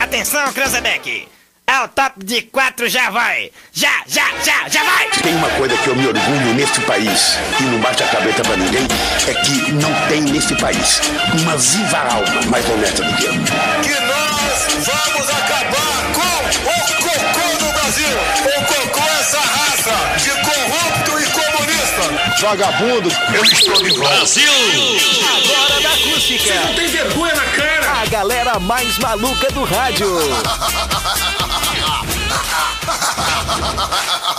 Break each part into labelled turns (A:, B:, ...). A: Atenção, Cranzebeck! Ao top de quatro já vai! Já, já, já, já vai!
B: Tem uma coisa que eu me orgulho neste país e não bate a cabeça pra ninguém, é que não tem neste país uma viva alma mais honesta do que eu.
C: que nós vamos acabar com o cocô do Brasil. O cocô é essa raça de corrupto e comunista.
B: Vagabundo, eu estou de volta.
C: Tem vergonha na cara.
D: A galera mais maluca do rádio.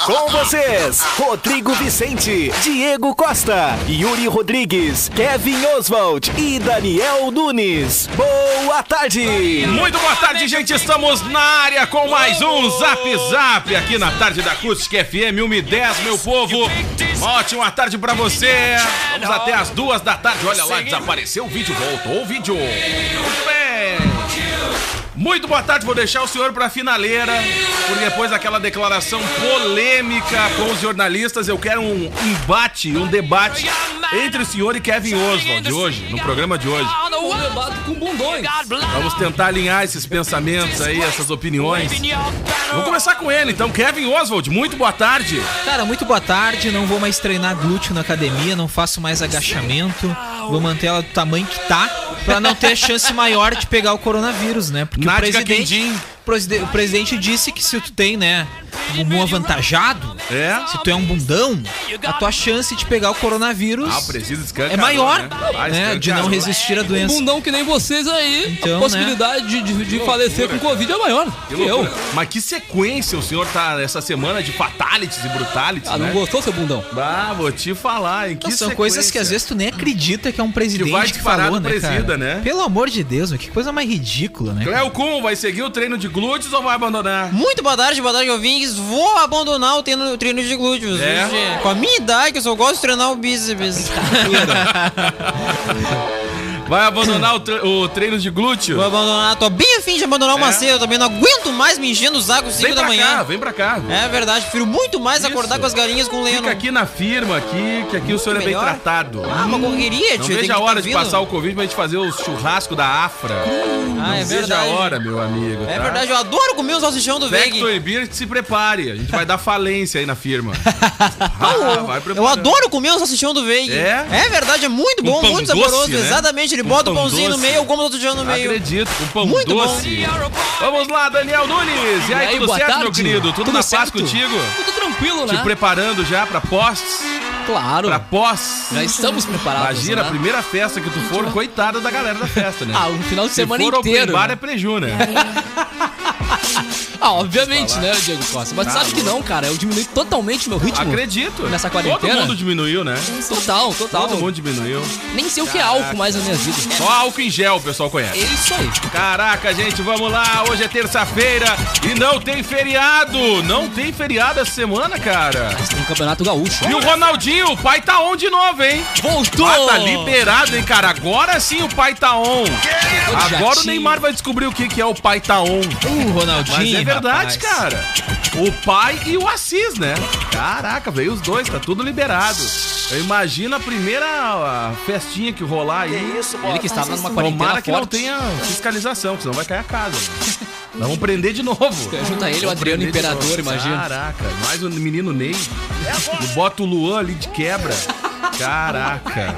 D: Com vocês, Rodrigo Vicente, Diego Costa, Yuri Rodrigues, Kevin Oswald e Daniel Nunes. Boa tarde!
E: Muito boa tarde, gente. Estamos na área com mais um Zap Zap aqui na tarde da Acústica FM 1 e 10, meu povo. Uma ótima tarde pra você. Vamos até as duas da tarde. Olha lá, desapareceu o vídeo. Voltou o vídeo. Muito bem. Muito boa tarde, vou deixar o senhor pra finaleira, porque depois daquela declaração polêmica com os jornalistas, eu quero um embate, um debate entre o senhor e Kevin Oswald hoje, no programa de hoje.
F: Um debate com bundões.
E: Vamos tentar alinhar esses pensamentos aí, essas opiniões. Vamos começar com ele, então. Kevin Oswald, muito boa tarde.
F: Cara, muito boa tarde. Não vou mais treinar glúteo na academia, não faço mais agachamento. Vou manter ela do tamanho que tá, pra não ter chance maior de pegar o coronavírus, né? Porque
E: Nática
F: o presidente,
E: Quindim.
F: preside- o presidente disse que se tu tem, né, bumbum avantajado,
E: É?
F: se tu é um bundão, a tua chance de pegar o coronavírus
E: Ah, precisa
F: é
E: escancarar.
F: maior,
E: Ah,
F: né, de
E: escancarou.
F: não
E: É.
F: resistir à doença.
G: Um bundão que nem vocês aí,
F: Então,
G: a possibilidade de, de- de falecer com Covid é maior
E: Que
G: que eu.
E: loucura. Mas que sequência o senhor tá essa semana de fatalities e brutalities,
G: Ah, não
E: né?
G: gostou, seu bundão?
E: Ah, vou te falar, hein? Que
F: São coisas que às vezes tu nem acredita que é um presidente
E: Que vai
F: que,
E: disparar
F: falou,
E: do
F: né, cara?
E: presida, né?
F: Pelo amor de Deus, meu, que coisa mais ridícula, né?
E: Cléo Kuhn, vai seguir o treino de glúteos ou vai abandonar?
H: Muito boa tarde, boa tarde, ouvintes. Vou abandonar o treino, o treino de glúteos.
E: É?
H: Hoje, com a minha idade, eu só gosto de treinar o bíceps.
E: Vai abandonar o, tre- o treino de glúteo?
H: Vou abandonar, tô bem afim de abandonar o
E: É?
H: Macedo também. Não aguento mais me enchendo o saco 5
E: Vem pra
H: da
E: cá,
H: manhã.
E: vem pra cá.
H: É verdade, prefiro muito mais acordar com as galinhas com o
F: É,
H: leão.
E: Fica aqui na firma aqui, que aqui o senhor é bem
H: melhor.
E: tratado.
H: Ah, uma
E: Não
H: correria, tio. tem que
E: veja a
H: tá
E: hora de
H: vindo.
E: passar o Covid pra gente fazer o churrasco da Afra.
H: Ah, é
E: Não veja a
H: verdade.
E: hora, meu amigo.
H: É
E: tá?
H: verdade, eu adoro comer o salsichão do Veg.
E: Vector e Beer, se prepare. A gente vai dar falência aí na firma.
G: Tá
E: Ah, vai preparando.
H: Eu adoro comer o salsichão do Veg.
E: É?
H: verdade, é muito
E: Com
H: bom,
E: pão
H: muito
E: doce,
H: saboroso.
E: né?
H: Exatamente, ele
E: Com
H: bota o
E: pão
H: pãozinho no
E: doce.
H: meio, eu como o salsichão no meio.
E: Acredito, com pão
H: Muito bom.
E: doce. Vamos lá, Daniel Nunes. E aí,
G: E aí,
E: tudo
G: boa
E: certo, meu
G: tarde?
E: querido? Tudo,
G: Tudo
E: na paz
G: certo?
E: contigo?
G: Tudo tranquilo,
E: Te
G: né?
E: preparando já pra postes?
G: Claro.
E: Pra pós?
G: Já estamos preparados.
E: Imagina, a
G: né?
E: primeira festa que tu for, coitada da galera da festa, né?
G: Ah, um final de semana
E: Se for open
G: inteiro.
E: bar
G: né?
E: é preju, né?
G: Ah, obviamente, né, Diego Costa? Mas tu sabe que não, cara. Eu diminui totalmente meu ritmo.
E: Tá Acredito.
G: Nessa quarentena? Tá
E: Todo mundo diminuiu, né?
G: Total, total.
E: Todo mundo diminuiu.
G: Nem sei o que é álcool mais na minha vida.
E: Só álcool em gel o pessoal
G: É
E: conhece.
G: isso aí.
E: Caraca, gente, vamos lá. Hoje é terça-feira e não tem feriado. Não tem feriado essa semana, cara.
G: Mas
H: um
G: tem campeonato gaúcho.
E: E o Ronaldinho, o pai tá on de novo, hein?
G: Voltou!
E: Ah, tá liberado, hein, cara? Agora sim o pai tá on. Agora o
G: Jatinho.
E: Neymar vai descobrir o que que é o pai tá on.
F: O Ronaldinho.
E: Mas é
F: rapaz.
E: verdade, cara. O pai e o Assis, né? Caraca, veio os dois, tá tudo liberado. Eu imagino a primeira a festinha que rolar aí.
G: Ele que estava numa quarentena
E: Tomara que
G: forte.
E: não tenha fiscalização, porque senão vai cair a casa. né? Nós Vamos prender de novo.
G: Junta ele, o é Adriano
E: Prender de
G: Imperador,
E: novo.
G: imagina.
E: Caraca, mais um menino Ney. E bota o Luan ali de quebra. Caraca.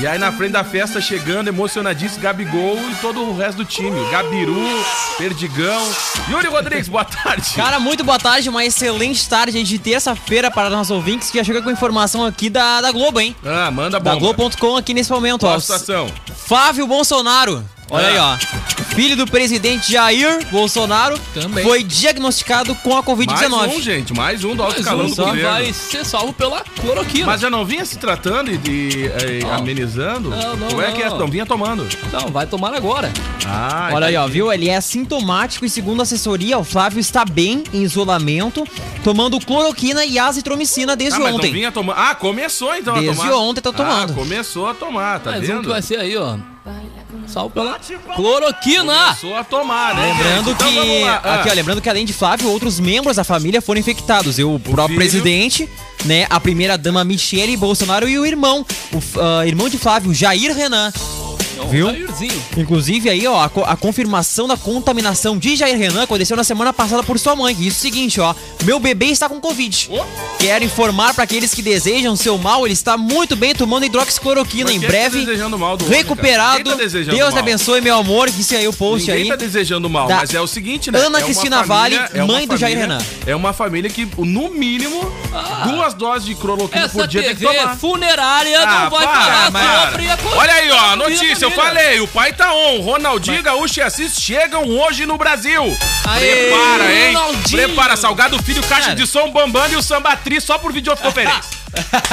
E: E aí na frente da festa chegando, emocionadíssimo, Gabigol e todo o resto do time. Gabiru, Perdigão. Yuri Rodrigues, boa tarde.
H: Cara, muito boa tarde, uma excelente tarde de terça-feira para nossos ouvintes que já chega com informação aqui da, da Globo, hein?
E: Ah, manda
H: Da
E: bomba.
H: Globo.com aqui nesse momento,
E: Qual
H: ó.
E: a situação?
H: Flávio Bolsonaro, olha
E: Ah.
H: aí, ó. Filho do presidente Jair Bolsonaro
G: Também.
H: foi diagnosticado com a
E: Mais um,
H: Covid-19.
E: gente, mais um do alto
G: Mas
E: escalão
G: um
E: do
G: só
E: governo.
G: vai ser salvo pela cloroquina.
E: Mas já não vinha se tratando e de, eh, amenizando?
G: Não, não,
E: Como é que é?
G: não.
E: Não vinha tomando.
G: Não, Então, vai tomar agora.
E: Ah,
H: Olha aí, ó, viu? Ele é sintomático e, segundo a assessoria, o Flávio está bem em isolamento, tomando cloroquina e azitromicina
E: Ah,
H: desde
E: mas não
H: ontem.
E: vinha tomando. Ah, começou então a
H: Desde
E: tomar.
H: ontem tá tomando.
E: Ah, começou a tomar, tá
G: Mais um
E: vendo?
G: que vai ser aí, ó. Salvo pela cloroquina.
E: Começou a tomar, né?
H: Lembrando
E: gente? Então
H: que.
E: vamos lá. Ah,
H: Aqui, ó, lembrando que além de Flávio, outros membros da família foram infectados. Eu, o
E: filho.
H: próprio presidente, né? A primeira dama Michele Bolsonaro e o irmão. O f- ah, irmão de Flávio, Jair Renan.
I: Então,
G: Viu?
I: Jairzinho.
G: Inclusive aí, ó, a, co- a confirmação da contaminação de Jair Renan aconteceu na semana passada por sua mãe. que Isso é o seguinte, ó, meu bebê está com covid. Quero informar para aqueles que desejam seu mal, ele está muito bem tomando hidroxicloroquina
E: Mas
G: em
E: quem é que tá
G: breve.
E: desejando mal do homem, cara?
G: recuperado.
E: Quem tá desejando
G: Deus
E: mal?
G: abençoe meu amor, disse aí o post
E: Ninguém
G: aí.
E: tá desejando mal,
G: Tá.
E: mas é o seguinte, né?
G: Ana
E: É uma
G: Cristina
E: família-
G: Vale,
E: é uma
G: mãe do Jair
E: família-
G: Renan. Ah.
E: É uma família que, no mínimo, duas doses de cloroquina
I: Essa
E: por dia tem que
I: TV
E: tomar.
I: funerária
E: Ah,
I: não vai
E: para,
I: falar
E: para.
I: sobre a coisa.
E: Olha aí, ó, a
I: da minha
E: notícia, eu
I: família.
E: falei, o pai tá on, Ronaldinho, Gaúcho e Assis chegam hoje no Brasil.
I: Aê,
E: Prepara, hein?
I: Ronaldinho.
E: Prepara, Salgado Filho, Caixa
H: Cara.
E: de Som, Bambando e o Sambatri só por videoconferência.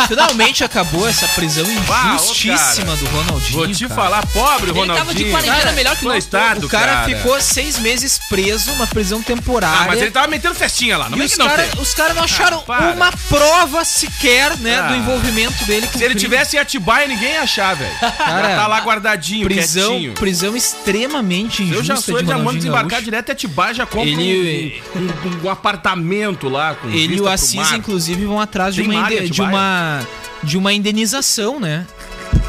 H: Finalmente acabou essa prisão
E: Ah, ô,
H: injustíssima
E: cara.
H: do Ronaldinho.
E: Vou te
H: cara.
E: falar, pobre
I: Ele
E: Ronaldinho.
I: tava de quarentena
E: Cara,
I: melhor que nós.
E: coitado,
H: O cara, ficou seis meses preso, uma prisão temporária.
E: Ah, mas ele tava metendo festinha lá, não
H: E
E: é
H: os
E: que não
H: caras
E: tem.
H: cara não acharam
E: para.
H: uma prova sequer, né,
E: Ah.
H: do envolvimento dele com
E: Se ele
H: o crime.
E: tivesse em Atibaia, ninguém ia achar, velho.
H: Cara,
E: Já tá lá guardadinho,
H: prisão,
E: quietinho.
H: prisão extremamente injusta
E: Eu já sou,
H: de
E: ele já manda
H: Ronaldinho
E: desembarcar
H: Gaúcho.
E: direto é em Atibaia, já compra
H: Ele-
E: um, um- um- um apartamento lá. Com
H: Ele e
E: vista
H: o
E: pro
H: Assis,
E: mar.
H: inclusive, vão atrás de
E: Tem
H: uma,
E: mar em
H: inde- de,
E: Atibaia?
H: uma, de uma indenização, né?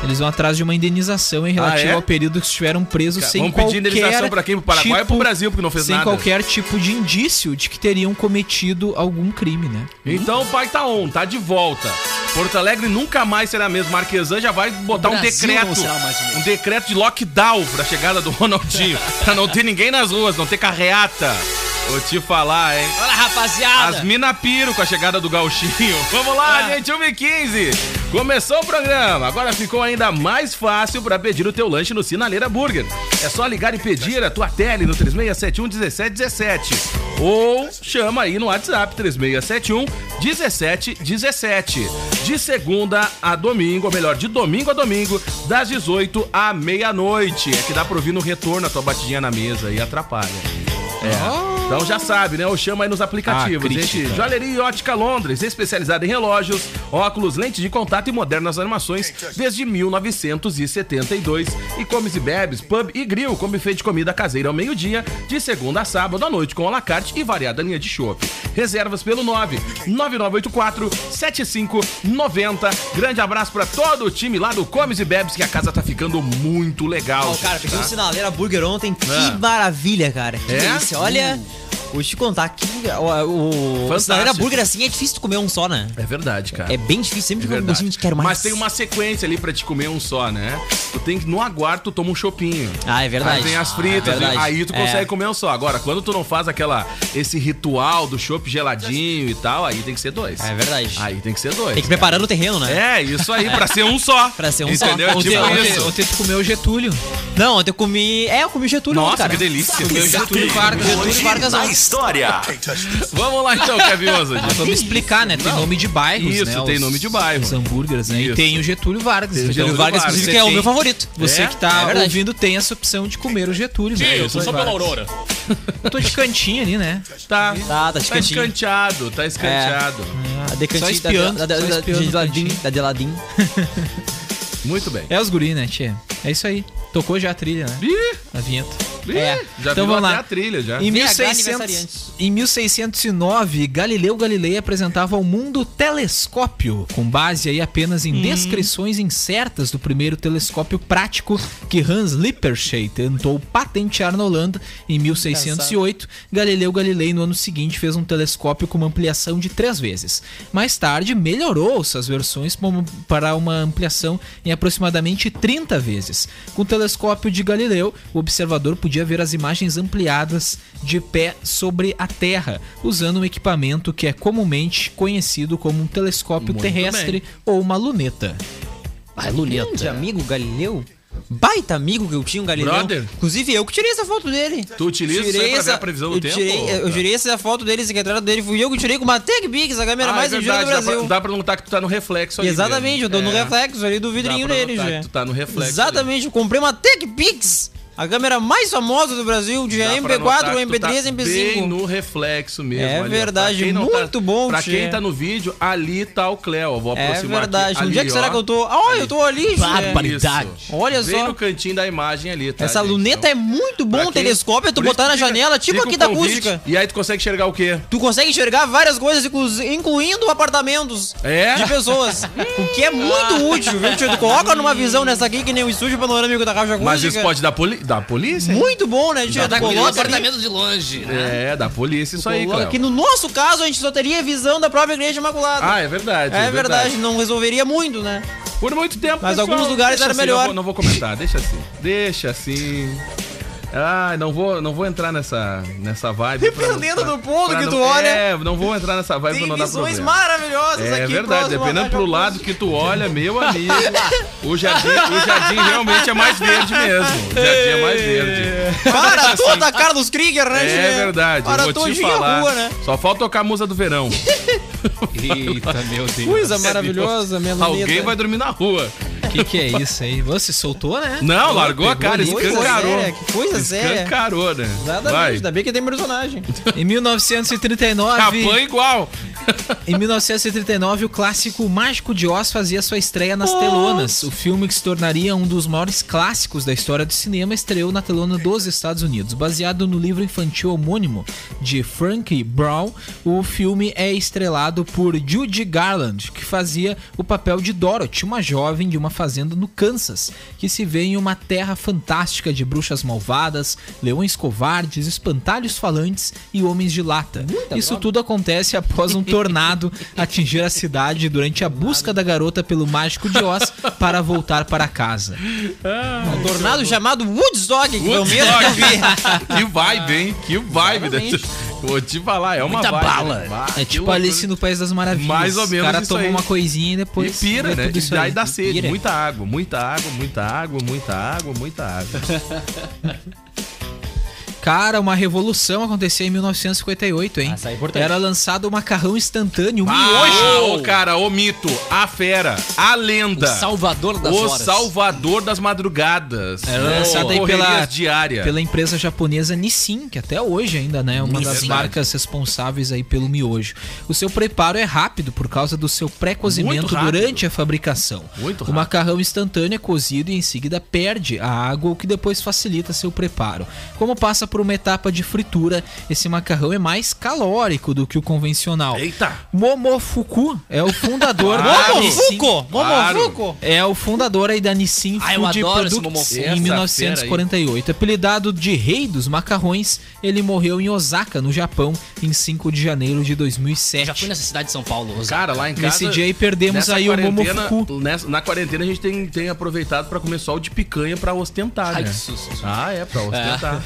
H: Eles vão atrás de uma indenização em relativo
E: é?
H: ao período que estiveram presos
E: Cara,
H: sem
E: vamos
H: qualquer... tipo,
E: pedir indenização pra quem? Pro Paraguai ou pro Brasil, porque não fez
H: sem
E: nada?
H: qualquer tipo de indício de que teriam cometido algum crime, né?
E: Então o pai tá on, tá de volta. Porto Alegre nunca mais será mesmo. Marquesan já vai botar
I: O
E: um
I: Brasil não
E: decreto.
I: será mais o mesmo.
E: Um decreto de lockdown pra chegada do Ronaldinho. pra não ter ninguém nas ruas, não ter carreata. Vou te falar, hein?
I: Olha, rapaziada.
E: As mina piro com a chegada do gauchinho. Vamos lá, gente, 1h15. Começou o programa. Agora ficou ainda mais fácil para pedir o teu lanche no Sinaleira Burger. É só ligar e pedir a tua tele no 3671 1717. Ou chama aí no WhatsApp 3671 1717. De segunda a domingo, ou melhor, de domingo a domingo, das 18 à meia-noite. É que dá pra ouvir no retorno a tua batidinha na mesa e atrapalha. É. Então já sabe, né? Ou chama aí nos aplicativos.
H: Ah, crítica.
E: gente. Joalheria e Ótica Londres, especializada em relógios, óculos, lentes de contato e modernas armações desde 1972. E comes e bebes, pub e grill, com buffet de comida caseira ao meio-dia, de segunda a sábado à noite, com alacarte e variada linha de chopp. Reservas pelo 9 9984 7590. Grande abraço pra todo o time lá do Comes e Bebes, que a casa tá ficando muito legal.
G: Ó, cara,
E: gente,
G: peguei um
E: tá?
G: sinaleira burger ontem, que
E: Ah.
G: maravilha, cara. Que
E: É?
G: delícia. Olha, vou te contar que o, o, o
E: Fantástico.
G: sinaleira burger assim é difícil tu comer um só, né?
E: É verdade, cara.
G: É bem difícil, sempre
E: É
G: fica um
E: verdade.
G: gostinho de quero mais.
E: Mas tem uma sequência ali pra te comer um só, né? Tu tem que, no aguardo, tu toma um chopinho.
G: Ah, é verdade.
E: Aí tem as
G: Ah, é
E: fritas,
G: verdade.
E: aí tu
G: É.
E: consegue comer um só. Agora, quando tu não faz aquela, esse ritual do chopp geladinho e tal, aí tem que ser dois.
G: É verdade.
E: Aí tem que ser dois.
G: Tem que preparar o terreno, né?
E: É, isso aí, pra ser um só.
G: Pra ser um só.
E: Entendeu? É
G: Ontem-
E: tipo
G: ontem-
E: isso.
H: Ontem tu comeu o Getúlio.
G: Não, ontem eu comi. É, eu comi Getúlio,
E: Nossa,
G: cara.
E: que delícia.
G: Comi Getúlio Vargas. Getúlio Vargas ontem.
E: Vamos lá então, Kevin Oswald.
H: Vamos explicar, né? Tem nome de bairros,
E: Isso,
H: né?
E: tem nome de bairro.
H: Os hambúrgueres, né?
E: Isso.
H: E tem o Getúlio Vargas.
E: Tem o
H: Getúlio
E: Getúlio
H: Vargas,
E: Vargas,
H: inclusive,
G: Que é o meu
H: favorito.
G: favorito.
H: Você
E: É?
H: que tá
G: verdade.
H: ouvindo tem essa opção de comer o Getúlio, né?
I: Eu
H: Isso
I: sou
H: aí,
I: só pela
H: Vargas.
I: Aurora.
H: Tô de cantinho ali, né?
E: Tá.
G: Tá, tá
E: Tá
G: escantinho.
E: escanteado, tá escanteado.
G: A decantinha
H: Só espiando,
G: da, da,
H: só
G: da, da,
H: espiando
G: de
H: no
G: ladinho,
H: cantinho.
G: da de ladinho.
E: Muito bem.
H: É os guri, né, tia? É isso aí. Tocou já a trilha, né?
E: Ih,
H: A vinheta.
E: ih,
G: É.
E: Já virou
H: Então vamos lá.
E: até a trilha já.
H: Em,
G: VH
H: 1600,
G: aniversariante.
H: em 1609, Galileu Galilei apresentava ao mundo o telescópio, com base aí apenas em descrições incertas do primeiro telescópio prático que Hans Lippershey tentou patentear na Holanda em 1608. Galileu Galilei, no ano seguinte, fez um telescópio com uma ampliação de três vezes. Mais tarde, melhorou suas versões pom- para uma ampliação em aproximadamente 30 vezes. Com o telescópio de Galileu, o observador podia ver as imagens ampliadas de pé sobre a Terra, usando um equipamento que é comumente conhecido como um telescópio terrestre ou uma luneta.
G: Vai, Luneta. De amigo Galileu? Baita amigo que eu tinha, um Galileu.
E: Brother.
G: Inclusive, eu que tirei essa foto dele.
E: Tu utiliza isso aí pra ver a previsão do
G: eu
E: tempo?
G: Tirei, eu tirei essa foto dele, secretário dele. Fui eu que tirei com uma Tech Bix, a câmera
E: Ah,
G: mais
E: é
G: ligeira do
E: verdade, dá
G: Brasil.
E: pra- Dá pra notar que tu tá no reflexo ali.
G: Exatamente, eu tô
E: mesmo.
G: no
E: É,
G: reflexo ali do
E: dá
G: vidrinho
E: pra
G: dele,
E: notar que
G: já.
E: Tu tá no reflexo.
G: Exatamente, eu comprei uma Tech Pix. A câmera mais famosa do Brasil, de
E: Dá pra notar
G: MP4,
E: que tu
G: MP3,
E: tá Bem
G: MP5.
E: no reflexo mesmo.
G: É
E: ó.
G: verdade,
E: Pra quem não
G: muito bom,
E: Pra
G: tchê.
E: quem tá no vídeo, ali tá o Cléo. ó, Vou
G: É
E: aproximar
G: verdade.
E: aqui.
G: Onde é
E: Ali,
G: que será
E: ó.
G: que eu tô? Ah, eu tô ali, Gê.
E: Isso.
G: Olha
E: Bem
G: só.
E: no cantinho da imagem ali, tá?
G: Essa
E: gente?
G: luneta é
E: Então,
G: muito
E: pra
G: bom, o
E: quem-
G: telescópio, é tu
E: por isso
G: botar
E: que
G: na
E: fica-
G: janela, tipo
E: fica
G: aqui
E: o
G: da
E: convite,
G: acústica.
E: E aí tu consegue enxergar o quê?
G: Tu consegue enxergar várias coisas, inclu- incluindo apartamentos
E: É? Ah.
G: de pessoas. o que é muito útil, viu, tio? Tu coloca numa visão nessa aqui, que nem o estúdio panorâmico da Rádio Acústica.
E: Mas isso pode dar poli... da polícia? hein?
G: Muito bom, né, tio?
E: Dá
G: Tu
E: daquele
G: coloca ali-
I: apartamento de longe.
E: É, da polícia isso aí,
G: Coloca-
E: Cléo.
G: que no nosso caso a gente só teria visão da própria igreja imaculada.
E: Ah, é verdade.
G: é verdade, não resolveria muito, né?
E: Por muito tempo,
G: Mas alguns lugares
E: deixa
G: era
E: assim,
G: melhor.
E: Não vou, não vou comentar, deixa assim. Deixa assim. Ah, não vou, não vou entrar nessa, nessa vibe. pra não-
G: Dependendo
E: pra-
G: do ponto
E: pra
G: que
E: não-
G: tu olha.
E: É, não vou entrar nessa vibe pra
G: Tem
E: não dar
G: visões
E: problema.
G: maravilhosas
E: É
G: aqui.
E: verdade,
G: próximo à
E: dependendo
G: Rádio
E: pro lado
G: Acústica.
E: que tu olha, meu amigo, o jardim, o jardim realmente é mais verde mesmo. O jardim é mais verde.
G: Para toda a Carlos Krieger, né, Gê?
E: É verdade,
G: Para
E: eu vou
G: toda
E: te
G: a
E: falar.
G: rua, né?
E: Só falta tocar a musa do verão. é
H: Eita, meu Deus.
G: Coisa maravilhosa, minha luneta.
E: Alguém vai dormir na rua.
H: O que, que é isso aí? Você soltou, né?
E: Não, largou a cara,
G: Coisa
E: escancarou.
G: séria, que coisa séria.
E: Escancarou, né?
G: Exatamente, ainda bem que tem personagem.
H: Em 1939.
E: Apanha igual.
H: Em 1939, o clássico Mágico de Oz fazia sua estreia nas telonas. O filme que se tornaria um dos maiores clássicos da história do cinema estreou na telona dos Estados Unidos. Baseado no livro infantil homônimo de Frank Brown, o filme é estrelado por Judy Garland, que fazia o papel de Dorothy, uma jovem de uma fazenda no Kansas, que se vê em uma terra fantástica de bruxas malvadas, leões covardes, espantalhos falantes e homens de lata. Isso tudo acontece após um tornado atingir a cidade durante a busca da garota pelo mágico de Oz para voltar para casa.
E: Ah,
G: Um tornado chamado Woodstock, que foi o mesmo
H: né?
G: que eu vi.
E: Woodstock. que vibe, hein? Que vibe.
G: Exatamente.
E: Dessa... Vou te falar, é uma
I: Muita
E: vibe.
I: bala.
E: né? Bah,
H: É
E: que
H: tipo
E: loucura.
H: Alice no País das Maravilhas.
E: Mais ou menos
H: O cara
E: isso
H: toma
E: aí.
H: uma coisinha e
E: E
H: depois.
E: pira,
H: vê
E: né?
H: tudo
E: E
H: isso
E: daí
H: aí.
E: dá sede.
H: Pira.
E: Muita água, muita água, muita água, muita água, muita água.
H: Cara, uma revolução aconteceu em 1958, hein?
I: Ah, isso aí é importante.
H: Era lançado o macarrão instantâneo, um
E: Ah,
H: miojo.
E: o cara, o mito, a fera, a lenda.
I: Salvador das
E: o
I: horas.
E: salvador das madrugadas.
H: Era
E: né?
H: É lançado aí pela,
E: Correrias diária.
H: pela empresa japonesa Nissin, que até hoje ainda né, é uma das
E: Nissin.
H: marcas responsáveis aí pelo miojo. O seu preparo é rápido por causa do seu pré-cozimento
E: Muito rápido.
H: durante a fabricação.
E: Muito
H: o
E: rápido.
H: macarrão instantâneo é cozido e em seguida perde a água, o que depois facilita seu preparo. Como passa por uma etapa de fritura, esse macarrão é mais calórico do que o convencional.
E: Eita.
H: Momofuku é o fundador
E: Claro.
H: da Nissin.
G: Momofuco!
E: Claro.
G: Momofuco!
H: É o fundador aí da Nissin
I: Ah, eu
H: Food
I: adoro esse
H: Products
E: Momofuku.
H: em
E: Essa fera aí.
H: 1948. Apelidado de Rei dos Macarrões, ele morreu em Osaka, no Japão, em 5 de janeiro
I: Eu
H: de
I: Já fui
H: 2007.
I: nessa cidade de São Paulo. Osaka.
E: Cara, lá em casa.
H: Nesse dia aí perdemos
E: nessa
H: aí o
E: quarentena-
H: Momofuku.
E: nessa- na quarentena a gente tem, tem aproveitado pra comer sol de picanha pra ostentar,
I: Ai,
E: né?
I: que susto.
E: Ah, é, pra ostentar.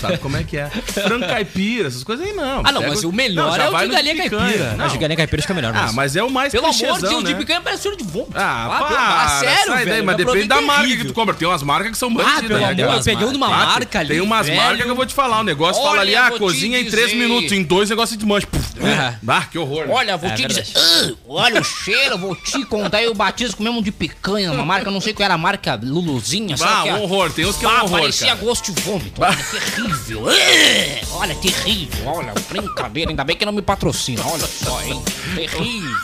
E: Sabe como é que é? Frango caipira, essas coisas aí não.
I: Ah, não,
E: Pega
I: mas o melhor
E: já
I: é o
E: vai
I: de
E: no
I: galinha
E: picanha.
I: caipira.
E: Não.
G: Acho que a caipira fica melhor,
E: Ah, mas é o mais
I: Pelo amor de
E: clichêzão,
I: Deus,
E: né?
I: de picanha parece cheiro de vômito.
E: Ah,
I: pelo-
E: para,
I: sério,
E: sai daí,
I: velho.
E: mas
I: já
E: depende da
I: provei
E: marca
I: terrível.
E: que tu compra. Tem umas marcas que são bandidas,
I: Ah, pelo
E: né,
I: amor,
E: cara?
I: eu peguei um de uma
E: Ah,
I: marca ali.
E: Tem umas
I: velho.
E: marcas que eu vou te falar. O negócio
I: Olha,
E: fala ali, ah,
I: vou te
E: cozinha em três
I: dizer. É.
E: minutos, em dois negócio de mancha. Puf. Ah, que horror. né?
I: Olha, vou te dizer. Ah, olha o cheiro, eu vou te contar. Eu batizo com mesmo de picanha, uma marca, eu não sei qual era a marca, Luluzinha, sabe?
E: Ah,
I: que é?
E: um horror. Tem uns que é um
I: Ah,
E: horror,
I: parecia
E: cara.
I: gosto de vômito. Olha, terrível. Ah, Olha, terrível. Olha, brincadeira. Ainda bem que não me patrocina. Olha só, hein? Terrível.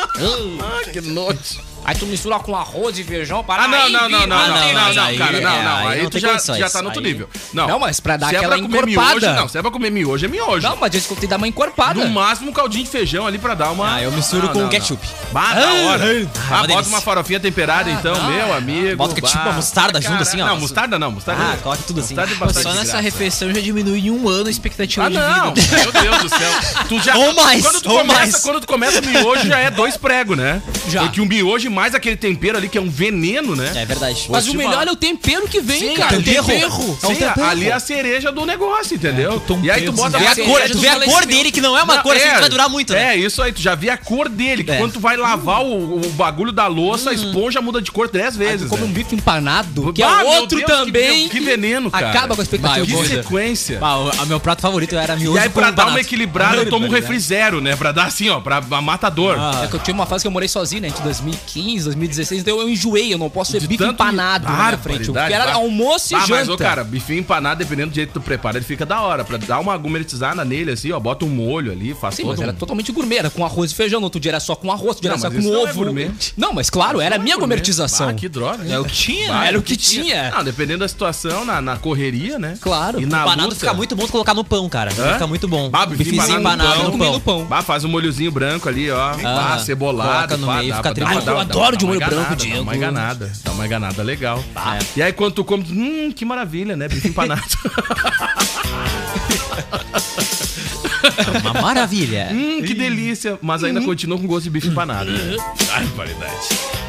I: Ah,
E: Que nojo.
I: Aí tu mistura com arroz e feijão para
E: Ah, não, não, não, não,
I: vira.
E: não, não, não,
G: mas
E: não,
G: aí-
E: cara, não,
G: é,
E: não.
G: aí
E: Aí
G: não
E: tu
G: tem
E: já,
G: condições.
E: já tá no outro
G: Aí-
E: nível. Não,
I: Não, mas pra dar
E: se é
I: aquela
E: pra comer
I: encorpada.
E: miojo, não. Se é pra comer miojo, é miojo.
I: Não, mas eu escutei dar uma encorpada.
E: No máximo um caldinho de feijão ali pra dar uma.
G: Ah, eu misturo
E: Não,
G: com
E: não,
G: ketchup.
E: não. Bah, da hora.
G: uma
E: Ah, bota
G: delícia.
E: uma farofinha temperada então, meu amigo.
G: Ah, Bota ketchup,
E: bah.
G: uma mostarda junto, assim, ó.
E: Não, mostarda não, mostarda.
G: Ah,
E: não.
G: coloca tudo assim.
E: Mostarda e
H: Pô,
E: Tá bastante
H: Só nessa
E: graça.
H: refeição já diminui em um ano a expectativa
E: Ah,
H: de
E: não!
H: vida.
E: Meu Deus do céu! Tu já,
G: é Ou mais,
E: quando, tu
G: ou
E: começa,
G: mais.
E: quando tu começa o miojo, já é dois pregos, né?
I: Já.
E: Porque o miojo mais aquele tempero ali que é um veneno, né?
G: É verdade.
I: Mas o
E: te
I: melhor
E: falar. é
I: é o tempero que vem,
G: Sim,
I: cara.
G: tempero.
E: Sim,
G: Então,
H: um
E: ali é a cereja do negócio, entendeu? e aí tu
I: né?
E: bota
G: Vê
E: uma
G: a cor,
E: cereja
G: tu vê a cor dele, que não é uma
E: Não,
G: cor assim que vai durar muito, né?
E: É, isso aí, tu já vê a cor dele, que
G: É. Hum.
E: quando tu vai lavar o, o bagulho da louça, a esponja muda de cor três vezes.
I: Como um
E: né?
I: bife empanado, que
E: Ah,
I: é
E: meu
I: outro
E: Deus, que
I: também.
E: ve- que veneno, cara.
I: Acaba com a
G: Vai, eu
I: expectativa.
E: Que
G: vou-
E: sequência.
G: Ah, o, a meu prato favorito era miojo
E: E aí,
G: com
E: pra dar
G: barato. Tá
E: uma um equilibrada, eu tomo um refri zero, né? Pra dar assim, ó, pra pra matar dor.
G: Ah.
I: É que eu tinha uma fase que eu morei sozinho, né? Entre 2015 2015, 2016, então eu enjoei, eu não posso ser
E: De
I: bife
E: tanto-
I: empanado na minha frente. Eu quero
E: Barbaridade, bar-
I: almoço e
E: Ah,
I: janta.
E: Mas, ô, cara, bifinho empanado, dependendo do jeito que tu prepara, ele fica da hora. Pra dar uma gourmetizada nele, assim, ó, bota um molho ali, faz
I: Sim,
E: todo
I: mas era
E: um-
I: totalmente gourmet, era com arroz e feijão, no outro dia era só com arroz, no outro dia
E: Não,
I: era só
E: mas isso
I: com
E: não é
G: né?
I: ovo.
E: gourmet.
I: Não, mas claro, era a minha
E: Gourmet.
I: gourmetização.
E: Ah, que droga.
H: É o que tinha,
E: Ah,
H: né?
I: Era o que tinha.
E: Não, dependendo da situação, na, na correria, né?
I: Claro.
E: E na
G: empanado
E: luta,
G: fica muito bom tu colocar no pão, cara.
E: Hã?
G: Fica muito bom.
E: Ah, bife
G: Bifezinho
E: empanado no
G: empanado no
I: pão. Comendo
G: pão.
I: pão.
E: Bah, faz um molhozinho branco ali, ó. Ah, cebolado.
G: coloca no
E: pá,
G: meio,
E: dá
G: fica
E: pra- dá
G: tri-
E: pra dar-
G: Ah,
I: eu
E: dá-
I: adoro
E: dá
I: de
E: uma
I: molho branco,
E: enganada, Dá uma
I: Diego.
E: enganada, dá uma enganada legal. E aí quando tu come, tu, hum, que maravilha, né? Bife empanado.
G: Uma maravilha.
E: hum, que delícia. Mas ainda continua com gosto de bife empanado. né? Ai, qualidade.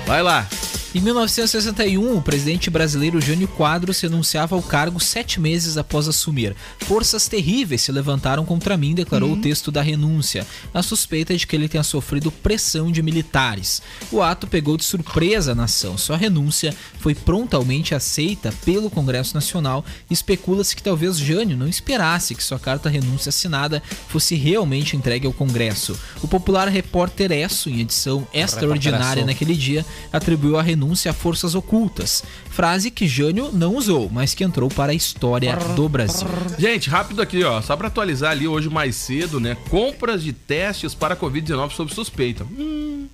E: Vai lá.
H: Em 1961, o presidente brasileiro Jânio Quadros se renunciava ao cargo sete meses após assumir. Forças terríveis se levantaram contra mim, declarou o texto da renúncia, na suspeita de que ele tenha sofrido pressão de militares. O ato pegou de surpresa a nação. Sua renúncia foi prontamente aceita pelo Congresso Nacional e especula-se que talvez Jânio não esperasse que sua carta renúncia assinada fosse realmente entregue ao Congresso. O popular repórter Esso, em edição extraordinária naquele dia, atribuiu a renúncia a forças ocultas, frase que Jânio não usou, mas que entrou para a história do Brasil.
E: Gente, rápido aqui, ó. Só pra atualizar ali hoje mais cedo, né? Compras de testes para Covid-19 sob suspeita. Hum.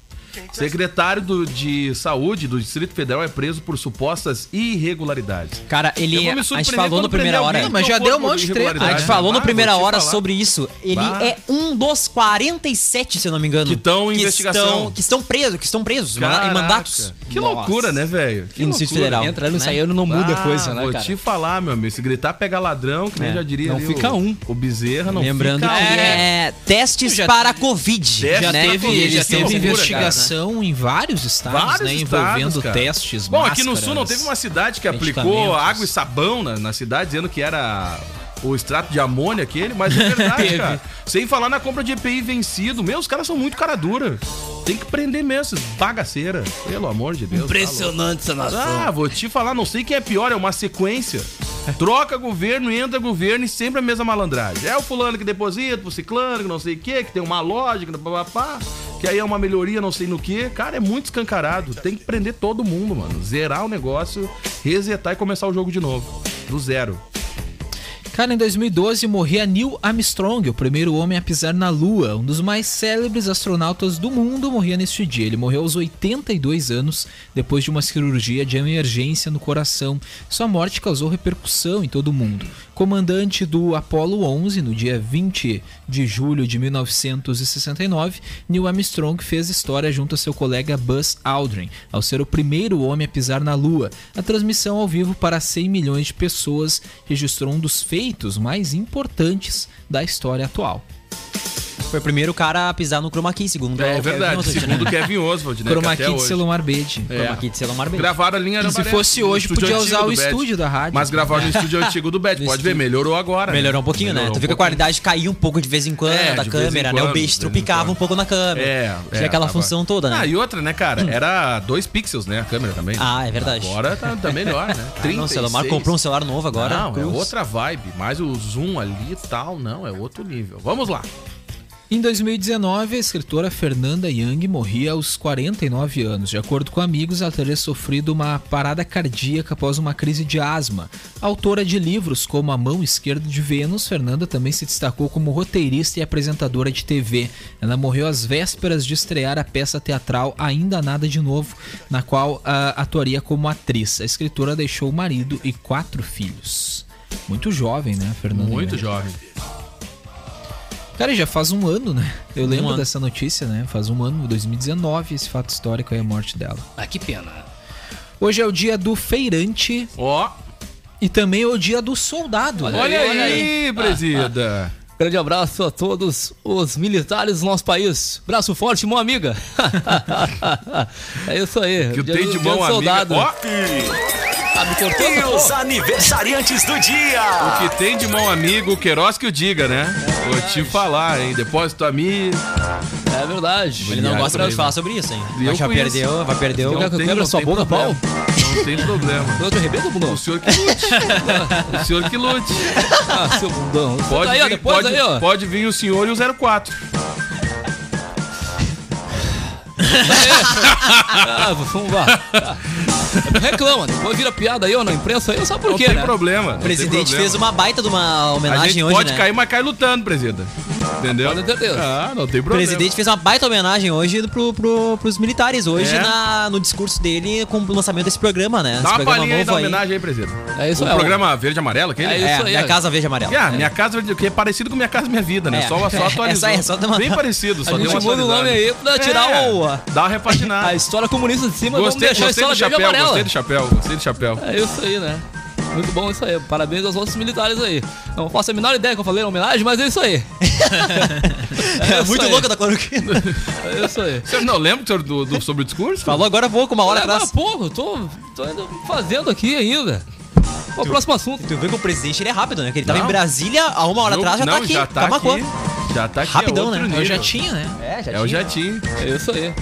E: Secretário do- de Saúde do Distrito Federal é preso por supostas irregularidades.
G: Cara,
E: Eu
G: ele.
E: vou me
G: A gente
E: surpreender
G: falou
E: quando
G: na primeira
E: prender
G: hora.
E: alguém
H: Não, mas
E: que
H: já
E: for
H: deu um
E: por
H: monte de treta.
E: irregularidade.
G: A gente falou na
E: Ah,
G: primeira
E: vou te
G: hora
E: falar.
G: sobre isso. Ele
E: Bah.
G: é um dos 47, se eu não me engano.
E: Que estão em
G: Que
E: investigação.
G: estão, que estão presos, que estão presos
E: Caraca,
G: em mandatos.
E: Que loucura, né, velho? Que
G: E no Distrito
E: loucura.
G: Federal.
I: Entrando e
G: né?
I: saindo não muda
E: Ah,
I: coisa, né,
E: Vou
I: cara?
E: te falar, meu amigo. Se gritar, pega ladrão, que nem
G: É,
E: já diria
G: não
E: ali
G: fica
E: o,
G: um.
E: O Bezerra não
G: Lembrando
E: fica
G: que
E: um.
G: é, testes para Covid.
E: Testes
G: né?
E: pra Covid,
G: Eles
E: já
G: estão-
E: teve loucura,
H: investigação em vários estados,
E: Vários
H: né,
E: estados,
H: envolvendo
E: cara.
H: testes,
E: Bom, aqui no
H: máscaras.
E: sul não teve uma cidade que aplicou
H: medicamentos.
E: água e sabão na, na cidade, dizendo que era o extrato de amônia aquele, mas é verdade, cara. Sem falar na compra de EPI vencido. Meu, os caras são muito cara dura. Tem que prender mesmo, esses bagaceira. Pelo amor de Deus. tá
I: Impressionante essa
E: louco. Ah, vou te falar, não sei quem é pior, é uma sequência. Troca governo, entra governo e sempre a mesma malandragem. É o fulano que deposita, o ciclano, que não sei o quê, que tem uma loja, que não- pá, pá, pá, que aí é uma melhoria, não sei no quê. Cara, é muito escancarado. Tem que prender todo mundo, mano. Zerar o negócio, resetar e começar o jogo de novo. Do zero.
H: Cara, em 2012 morria Neil Armstrong, o primeiro homem a pisar na Lua. Um dos mais célebres astronautas do mundo morria neste dia. Ele morreu aos 82 anos, depois de uma cirurgia de emergência no coração. Sua morte causou repercussão em todo o mundo. Comandante do Apollo 11, no dia 20 de julho de 1969, Neil Armstrong fez história junto a seu colega Buzz Aldrin, ao ser o primeiro homem a pisar na Lua. A transmissão ao vivo para 100 milhões de pessoas registrou um dos feitos mais importantes da história atual.
G: Foi o primeiro cara a pisar no chroma key, segundo
E: É,
G: o
E: verdade.
G: Kevin Oswald,
E: Segundo
G: né?
E: Kevin Oswald, né?
H: Chroma
E: que até
H: Key de
E: hoje-
H: Selomar Bede.
E: É.
G: Chroma key de Selomar Bede.
E: Gravaram a linha
H: Se
E: Aparece,
H: fosse
E: no
H: hoje,
E: estúdio
H: podia usar
E: antigo
H: o
E: do Bad.
H: estúdio da rádio.
E: Mas gravaram no estúdio antigo do Bad.
G: No
E: Pode ver,
G: estúdio.
E: melhorou agora. né?
G: Melhorou um pouquinho, né? Tu
E: Melhorou
G: viu que a
E: um pouquinho.
G: qualidade caiu um pouco de vez em quando
E: É,
G: da
E: de vez em
G: câmera, né?
E: quando,
G: O
E: de vez
G: beijo
E: em
G: trupicava
E: quando. É,
G: um pouco na câmera. Tinha aquela
E: tava-
G: função toda,
E: Ah,
G: né?
E: e outra, né, cara? Era dois pixels, né? A câmera também.
G: Ah, é verdade.
E: Agora tá, tá melhor, né?
G: Ah, não, o Selomar comprou um celular novo agora.
E: Não, é
G: Cruz.
E: outra vibe. Mas o zoom ali e tal, não, é outro nível. Vamos lá.
H: Em 2019, a escritora Fernanda Young morria aos 49 anos. De acordo com amigos, ela teria sofrido uma parada cardíaca após uma crise de asma. Autora de livros como A Mão Esquerda de Vênus, Fernanda também se destacou como roteirista e apresentadora de TV. Ela morreu às vésperas de estrear a peça teatral Ainda Nada de Novo, na qual ah, atuaria como atriz. A escritora deixou o marido e quatro filhos. Muito jovem, né, Fernanda?
E: Muito
G: É.
H: Young?
E: jovem.
H: Cara, já faz um ano, né? Eu lembro
G: ano.
H: dessa notícia, né? Faz um ano, 2019, esse fato histórico aí, a morte dela.
I: Ah, que pena.
H: Hoje é o dia do feirante
E: Ó,
H: e também é o dia do soldado.
I: Olha
E: olha
I: aí, olha
G: Ah.
E: aí, presida.
I: Grande abraço a todos os militares do nosso país. Braço forte, mão amiga. é isso aí.
E: Que o
I: Dia
E: tem
I: do- dia
E: de
I: do
E: mão amiga.
I: soldado.
E: Ó,
I: Tá me cortando? pô?
D: aniversariantes do dia.
E: o que tem de mão amigo, o Queiroz que o diga, né? Vou te falar, hein? Depósito amigo.
I: É verdade.
G: Ele não
E: Obrigado
G: gosta muito
E: também,
G: de falar sobre isso, hein?
E: E eu
G: Mas já
E: conheço.
G: perdeu, vai perder o.
I: Quer que eu quebre sua boca,
E: problema.
I: Paulo?
E: Não tem problema.
I: Outro arrebento, bundão?
E: O senhor que lute. o senhor que lute.
I: Ah, seu bundão.
E: Pode,
I: Tá aí, ó,
E: vir,
I: depois
E: pode,
I: aí, ó.
E: pode vir o senhor e o 04.
J: Ah, vamos lá. Reclama, depois vira piada eu na imprensa, eu sabe por
E: Não
J: quê,
E: tem
J: né?
E: problema. não
G: O
E: tem
G: presidente
E: problema.
G: fez uma baita de uma
E: A
G: homenagem
E: gente
G: hoje,
E: pode
G: né?
E: cair, mas cai lutando, presida. Entendeu?
J: Pode ter Deus.
E: Ah, não tem
G: O
E: problema.
G: presidente fez uma baita homenagem hoje pro, pro, pros militares, hoje
E: É.
G: na- no discurso dele com o lançamento desse programa, né?
E: Dá
G: Esse
E: uma
G: programa
E: palhinha aí da
G: novo
E: homenagem aí, presida.
J: É isso
E: o
J: aí.
E: programa verde e amarelo, aquele?
J: É
G: É,
J: isso aí,
G: Minha
J: ó.
G: Casa Verde Amarela.
E: Ah, minha casa, que é parecido com minha casa, minha vida, né?
G: É.
E: Só, só
G: É,
E: atualizou.
G: essa aí, só deu uma-
E: Bem parecido, só
J: A
E: deu
J: gente
E: uma
J: muda o nome
E: atualizada.
J: aí pra tirar
E: É,
J: o...
E: Dá uma repaginada.
J: A história comunista de cima,
E: Gostei,
J: vamos deixar
E: gostei
J: a
E: do
J: história verde e
E: chapéu,
J: amarela.
E: gostei do chapéu, gostei do chapéu.
J: É isso aí, né? Muito bom isso aí. Parabéns aos nossos militares aí. Não faço a menor ideia que eu falei na homenagem, mas é isso aí.
G: É muito
J: aí.
G: louca da cloroquina.
J: É isso aí.
E: Você não lembra senhor, do, do- sobre o discurso?
G: Falou agora há pouco, uma hora
J: Olha, agora há
G: atrás.
J: pouco, tô, tô ainda fazendo aqui ainda. O próximo assunto.
G: Tu vê que o presidente ele é rápido, né? Que ele tava
E: Não.
G: em Brasília há uma hora
E: Não,
G: atrás, já
E: não,
G: tá aqui.
E: Já tá
G: Camacuã.
E: aqui. Já tá aqui.
G: Rapidão,
E: é outro
G: né?
E: Nível.
H: Eu já tinha, né?
G: É, já
E: É o jatinho.
J: É isso aí.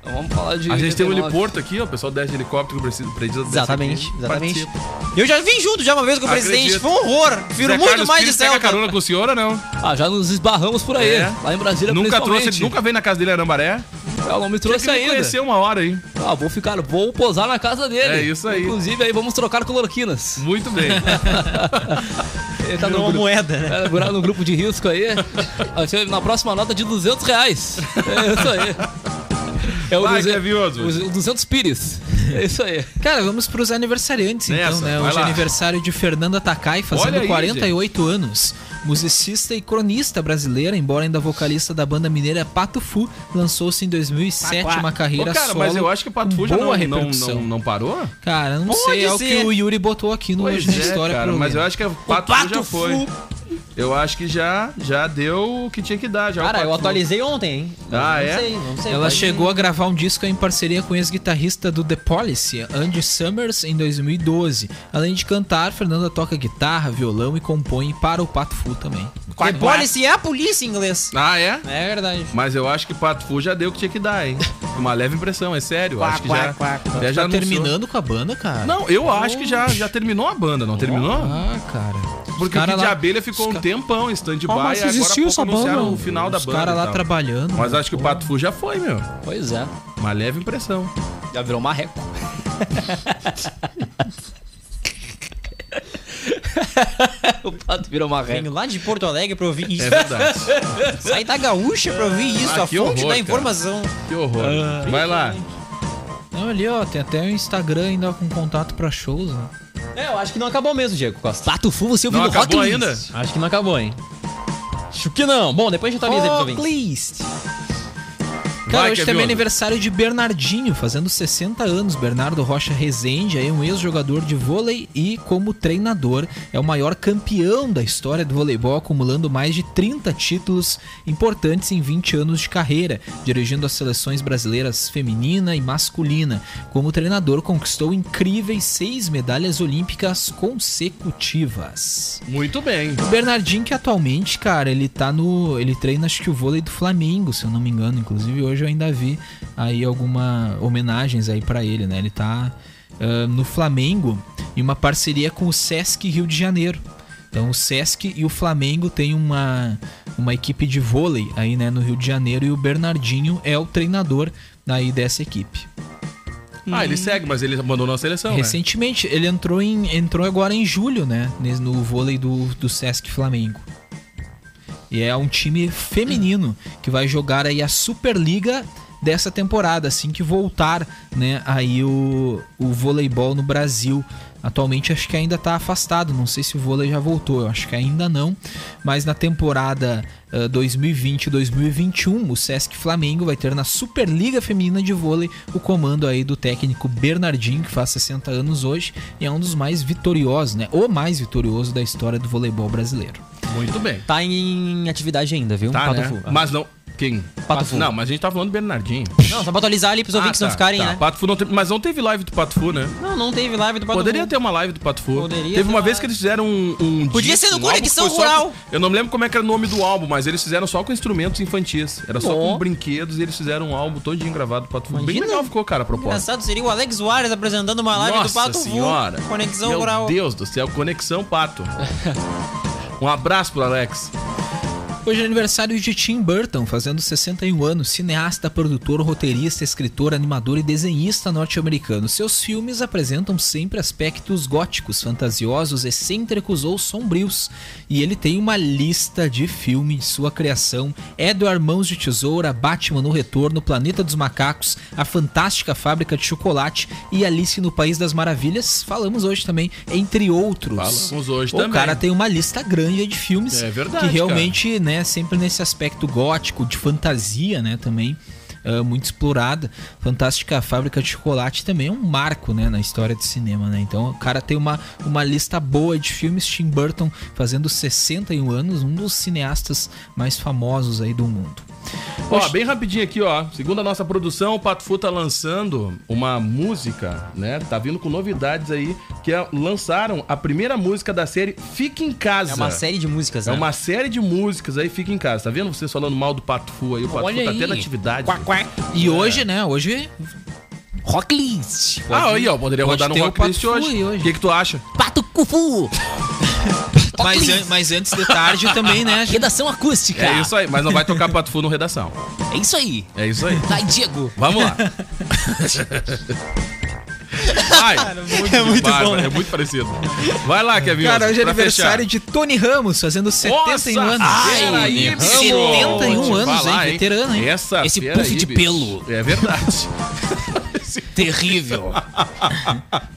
J: Então vamos falar de.
E: A gente tem um
J: 89.
E: heliporto aqui, ó. O pessoal desce de helicóptero, precisa, precisa descer
G: Exatamente,
E: aqui.
G: exatamente.
E: Participa.
G: Eu já vim junto já uma vez com o presidente,
E: Acredito.
G: foi um horror. Viro
E: Zé
G: muito
E: Carlos
G: mais de
E: Pires pega
G: céu.
E: carona com o senhor ou não?
G: é
J: Ah, já nos esbarramos por aí.
E: É.
J: Lá em Brasília,
E: Nunca
J: principalmente.
E: trouxe, nunca veio na casa dele Arambaré.
J: Ela não me trouxe
E: Tinha que me
J: ainda.
E: conhecer uma hora aí.
J: Ah, vou ficar, vou posar na casa dele.
E: É isso aí.
J: Inclusive, aí vamos trocar cloroquinas.
E: Muito bem.
J: Ele tá
G: Virou
J: no
G: uma
J: grupo,
G: moeda, né?
J: é, virado no grupo de risco aí. Vai ser Na próxima nota de 200 reais. É isso aí. É o
E: Vai,
J: 200
E: Kevin Oswald.
J: o 200 pires. É isso aí.
H: Cara, vamos pros aniversariantes então,
E: Nessa,
H: né?
E: vai
H: Hoje é
E: lá.
H: aniversário de Fernanda Takai, fazendo
E: Olha aí,
H: 48 anos. Musicista e cronista brasileira, embora ainda vocalista da banda mineira Pato Fu, lançou-se em 2007 uma carreira
E: Ô, cara,
H: solo.
E: mas eu acho que o Pato
H: com
E: Fu já não, é um-
H: boa
E: não,
H: repercussão.
E: não, não parou?
H: Cara, não
G: Pode
H: sei, é o
G: ser.
H: que o Yuri botou aqui no Hoje na História.
E: é, cara,
H: pro
E: mas eu
H: Leno.
E: acho que o Pato, Fu já foi. Eu acho que já, já deu o que tinha que dar. Já é o
G: Cara,
E: Pato
G: eu
E: Fu.
G: atualizei ontem, hein?
E: Ah,
G: não
E: é?
G: sei, não sei.
H: Ela
G: pode-
H: chegou a gravar um disco em parceria com o ex-guitarrista do The Policy, Andy Summers, em 2012. Além de cantar, Fernanda toca guitarra, violão e compõe para o Pato Fu também.
G: The Policy é a polícia em inglês.
E: Ah, é?
G: É verdade.
E: Mas eu acho que o Pato Fu já deu o que tinha que dar, hein? Uma leve impressão, é sério. acho que já, já, já
H: Tá
E: anunciou.
H: terminando com a banda, cara?
E: Não, eu acho que já, já terminou a banda, não terminou?
H: Ah, cara. Os
E: Porque o
H: cara
E: Kid
H: lá-
E: Abelha ficou um tempão em stand-by
H: Ah,
E: e agora pouco anunciaram o final da
H: Os
E: banda.
H: caras
E: e
H: lá
E: tal.
H: trabalhando.
E: Mas acho que o Pato Fu já foi, meu.
J: Pois é.
E: Uma leve impressão.
J: Já virou marreco. o pato virou marreco.
G: Venho lá de Porto Alegre pra ouvir isso.
E: É verdade.
G: Sai da gaúcha pra ouvir isso.
E: Ah,
G: a
E: que
G: fonte
E: horror,
G: da
E: cara.
G: informação.
E: Que horror.
H: Ah.
E: Vai lá.
H: Não, ali, ó, tem até o Instagram ainda com contato pra shows, né?
G: É, eu acho que não acabou mesmo, Diego Costa.
J: Pato Fu, você ouviu
E: Não
J: no Rock
E: acabou
J: List.
E: ainda?
G: Acho que não acabou, hein? Acho que não. Bom, depois a gente atualiza tá aí pros ouvintes.
H: List. Cara,
E: Vai,
H: hoje
E: Kevin
H: também é
E: Oswald.
H: aniversário de Bernardinho, fazendo 60 anos. Bernardo Rocha Rezende é um ex-jogador de vôlei e, como treinador, é o maior campeão da história do voleibol, acumulando mais de 30 títulos importantes em 20 anos de carreira, dirigindo as seleções brasileiras feminina e masculina. Como treinador, conquistou incríveis seis medalhas olímpicas consecutivas.
E: Muito bem.
H: O Bernardinho, que atualmente, cara, ele tá no. Ele treina, acho que o vôlei do Flamengo, se eu não me engano. Inclusive, hoje eu ainda vi aí alguma homenagens aí pra ele, né? Ele tá ah, no Flamengo em uma parceria com o Sesc Rio de Janeiro. Então, o Sesc e o Flamengo têm uma, uma equipe de vôlei aí, né, no Rio de Janeiro. E o Bernardinho é o treinador aí dessa equipe.
E: Ah, ele segue, mas ele abandonou a seleção, né?
H: Recentemente, ele entrou, em, entrou agora em julho, né? nes- No vôlei do, do Sesc Flamengo. E é um time feminino que vai jogar aí a Superliga dessa temporada, assim que voltar, né? Aí o, o voleibol no Brasil. Atualmente acho que ainda tá afastado, não sei se o vôlei já voltou, eu acho que ainda não. Mas na temporada eh, 2020-2021, o Sesc Flamengo vai ter na Superliga Feminina de Vôlei o comando aí do técnico Bernardinho, que faz 60 anos hoje e é um dos mais vitoriosos, né? O mais vitorioso da história do voleibol brasileiro.
E: Muito bem.
G: Tá em atividade ainda, viu?
E: Tá,
G: Pato
E: né?
G: Fu. Ah.
E: Mas não... Quem?
G: Pato Fu.
E: Não, mas a gente tá falando do Bernardinho.
G: Não, só pra atualizar ali pros ouvintes
E: Ah,
G: não
E: tá,
G: ficarem,
E: tá.
G: né?
E: Pato Fu não teve- mas não teve live do Pato Fu, né?
G: Não, não teve live do Pato
E: Poderia
G: Fu.
E: ter um uma live do Pato Fu.
G: Poderia
E: Teve
G: ter
E: uma
G: uma
E: vez
G: live.
E: que eles fizeram um. um
G: Podia
E: disco,
G: ser no
E: um álbum que
G: Conexão
E: foi só
G: Rural.
E: com- eu não me lembro como é que era o nome do álbum, mas eles fizeram só com instrumentos infantis. Era só com brinquedos e eles fizeram um álbum todinho gravado do Pato Fu. Bem
G: Imagina.
E: legal ficou, cara, a proposta.
G: Engraçado seria o Alex Soares apresentando uma live do Pato Fu. Conexão
E: Meu
G: rural.
E: Deus do céu, Conexão Pato. Um abraço pro Alex.
H: Hoje é aniversário de Tim Burton, fazendo 61 anos, cineasta, produtor, roteirista, escritor, animador e desenhista norte-americano. Seus filmes apresentam sempre aspectos góticos, fantasiosos, excêntricos ou sombrios. E ele tem uma lista de filmes de sua criação: Edward Mãos de Tesoura, Batman no Retorno, Planeta dos Macacos, A Fantástica Fábrica de Chocolate e Alice no País das Maravilhas. Falamos hoje também, entre outros.
E: Falamos hoje
H: o
E: também.
H: cara tem uma lista grande de filmes
E: É verdade,
H: que realmente, né, sempre nesse aspecto gótico, de fantasia, né, também. ah, muito explorada. Fantástica Fábrica de Chocolate também é um marco né, na história do cinema. Né? Então o cara tem uma, uma lista boa de filmes. Tim Burton fazendo 61 anos, um dos cineastas mais famosos aí do mundo.
E: Ó, bem rapidinho aqui, ó. Segundo a nossa produção, o Pato Fu tá lançando uma música, né? Tá vindo com novidades aí, que é- lançaram a primeira música da série Fica em Casa.
G: É uma série de músicas,
E: É
G: né?
E: uma série de músicas aí, Fica em Casa. Tá vendo vocês falando mal do Pato Fu aí? O Pato Fu
I: Olha
E: tá
I: aí.
E: tendo atividade. É.
I: Quá, quá.
H: E hoje, né? Hoje
I: Rocklist.
E: Ah, aí, ó. Poderia
H: Pode
E: rodar no
H: ter o
E: Rocklist
H: Pato Fu
E: hoje.
H: aí
E: O
H: hoje.
E: que, que tu acha?
I: Pato Cufu.
H: mas, an- mas antes de tarde também, né? gente?
I: Redação acústica.
E: É isso aí, mas não vai tocar Pato Fu no redação.
I: É isso aí.
E: É isso aí.
I: Vai, Diego.
E: Vamos lá. Vai. É
G: muito bom, né?
E: É muito parecido. Vai lá, Kevin.
H: Cara,
E: Oswald,
H: hoje é
E: pra
H: aniversário
E: fechar.
H: de Tony Ramos, fazendo
E: Nossa,
H: 71 anos.
E: peraí, Ramos.
H: 71 anos,
E: Falar,
H: hein? Veterano, hein?
E: Essa
I: Esse
E: fera
I: puff
E: aí,
I: de
E: bicho.
I: pelo.
E: É verdade.
I: Terrível.
E: Ah,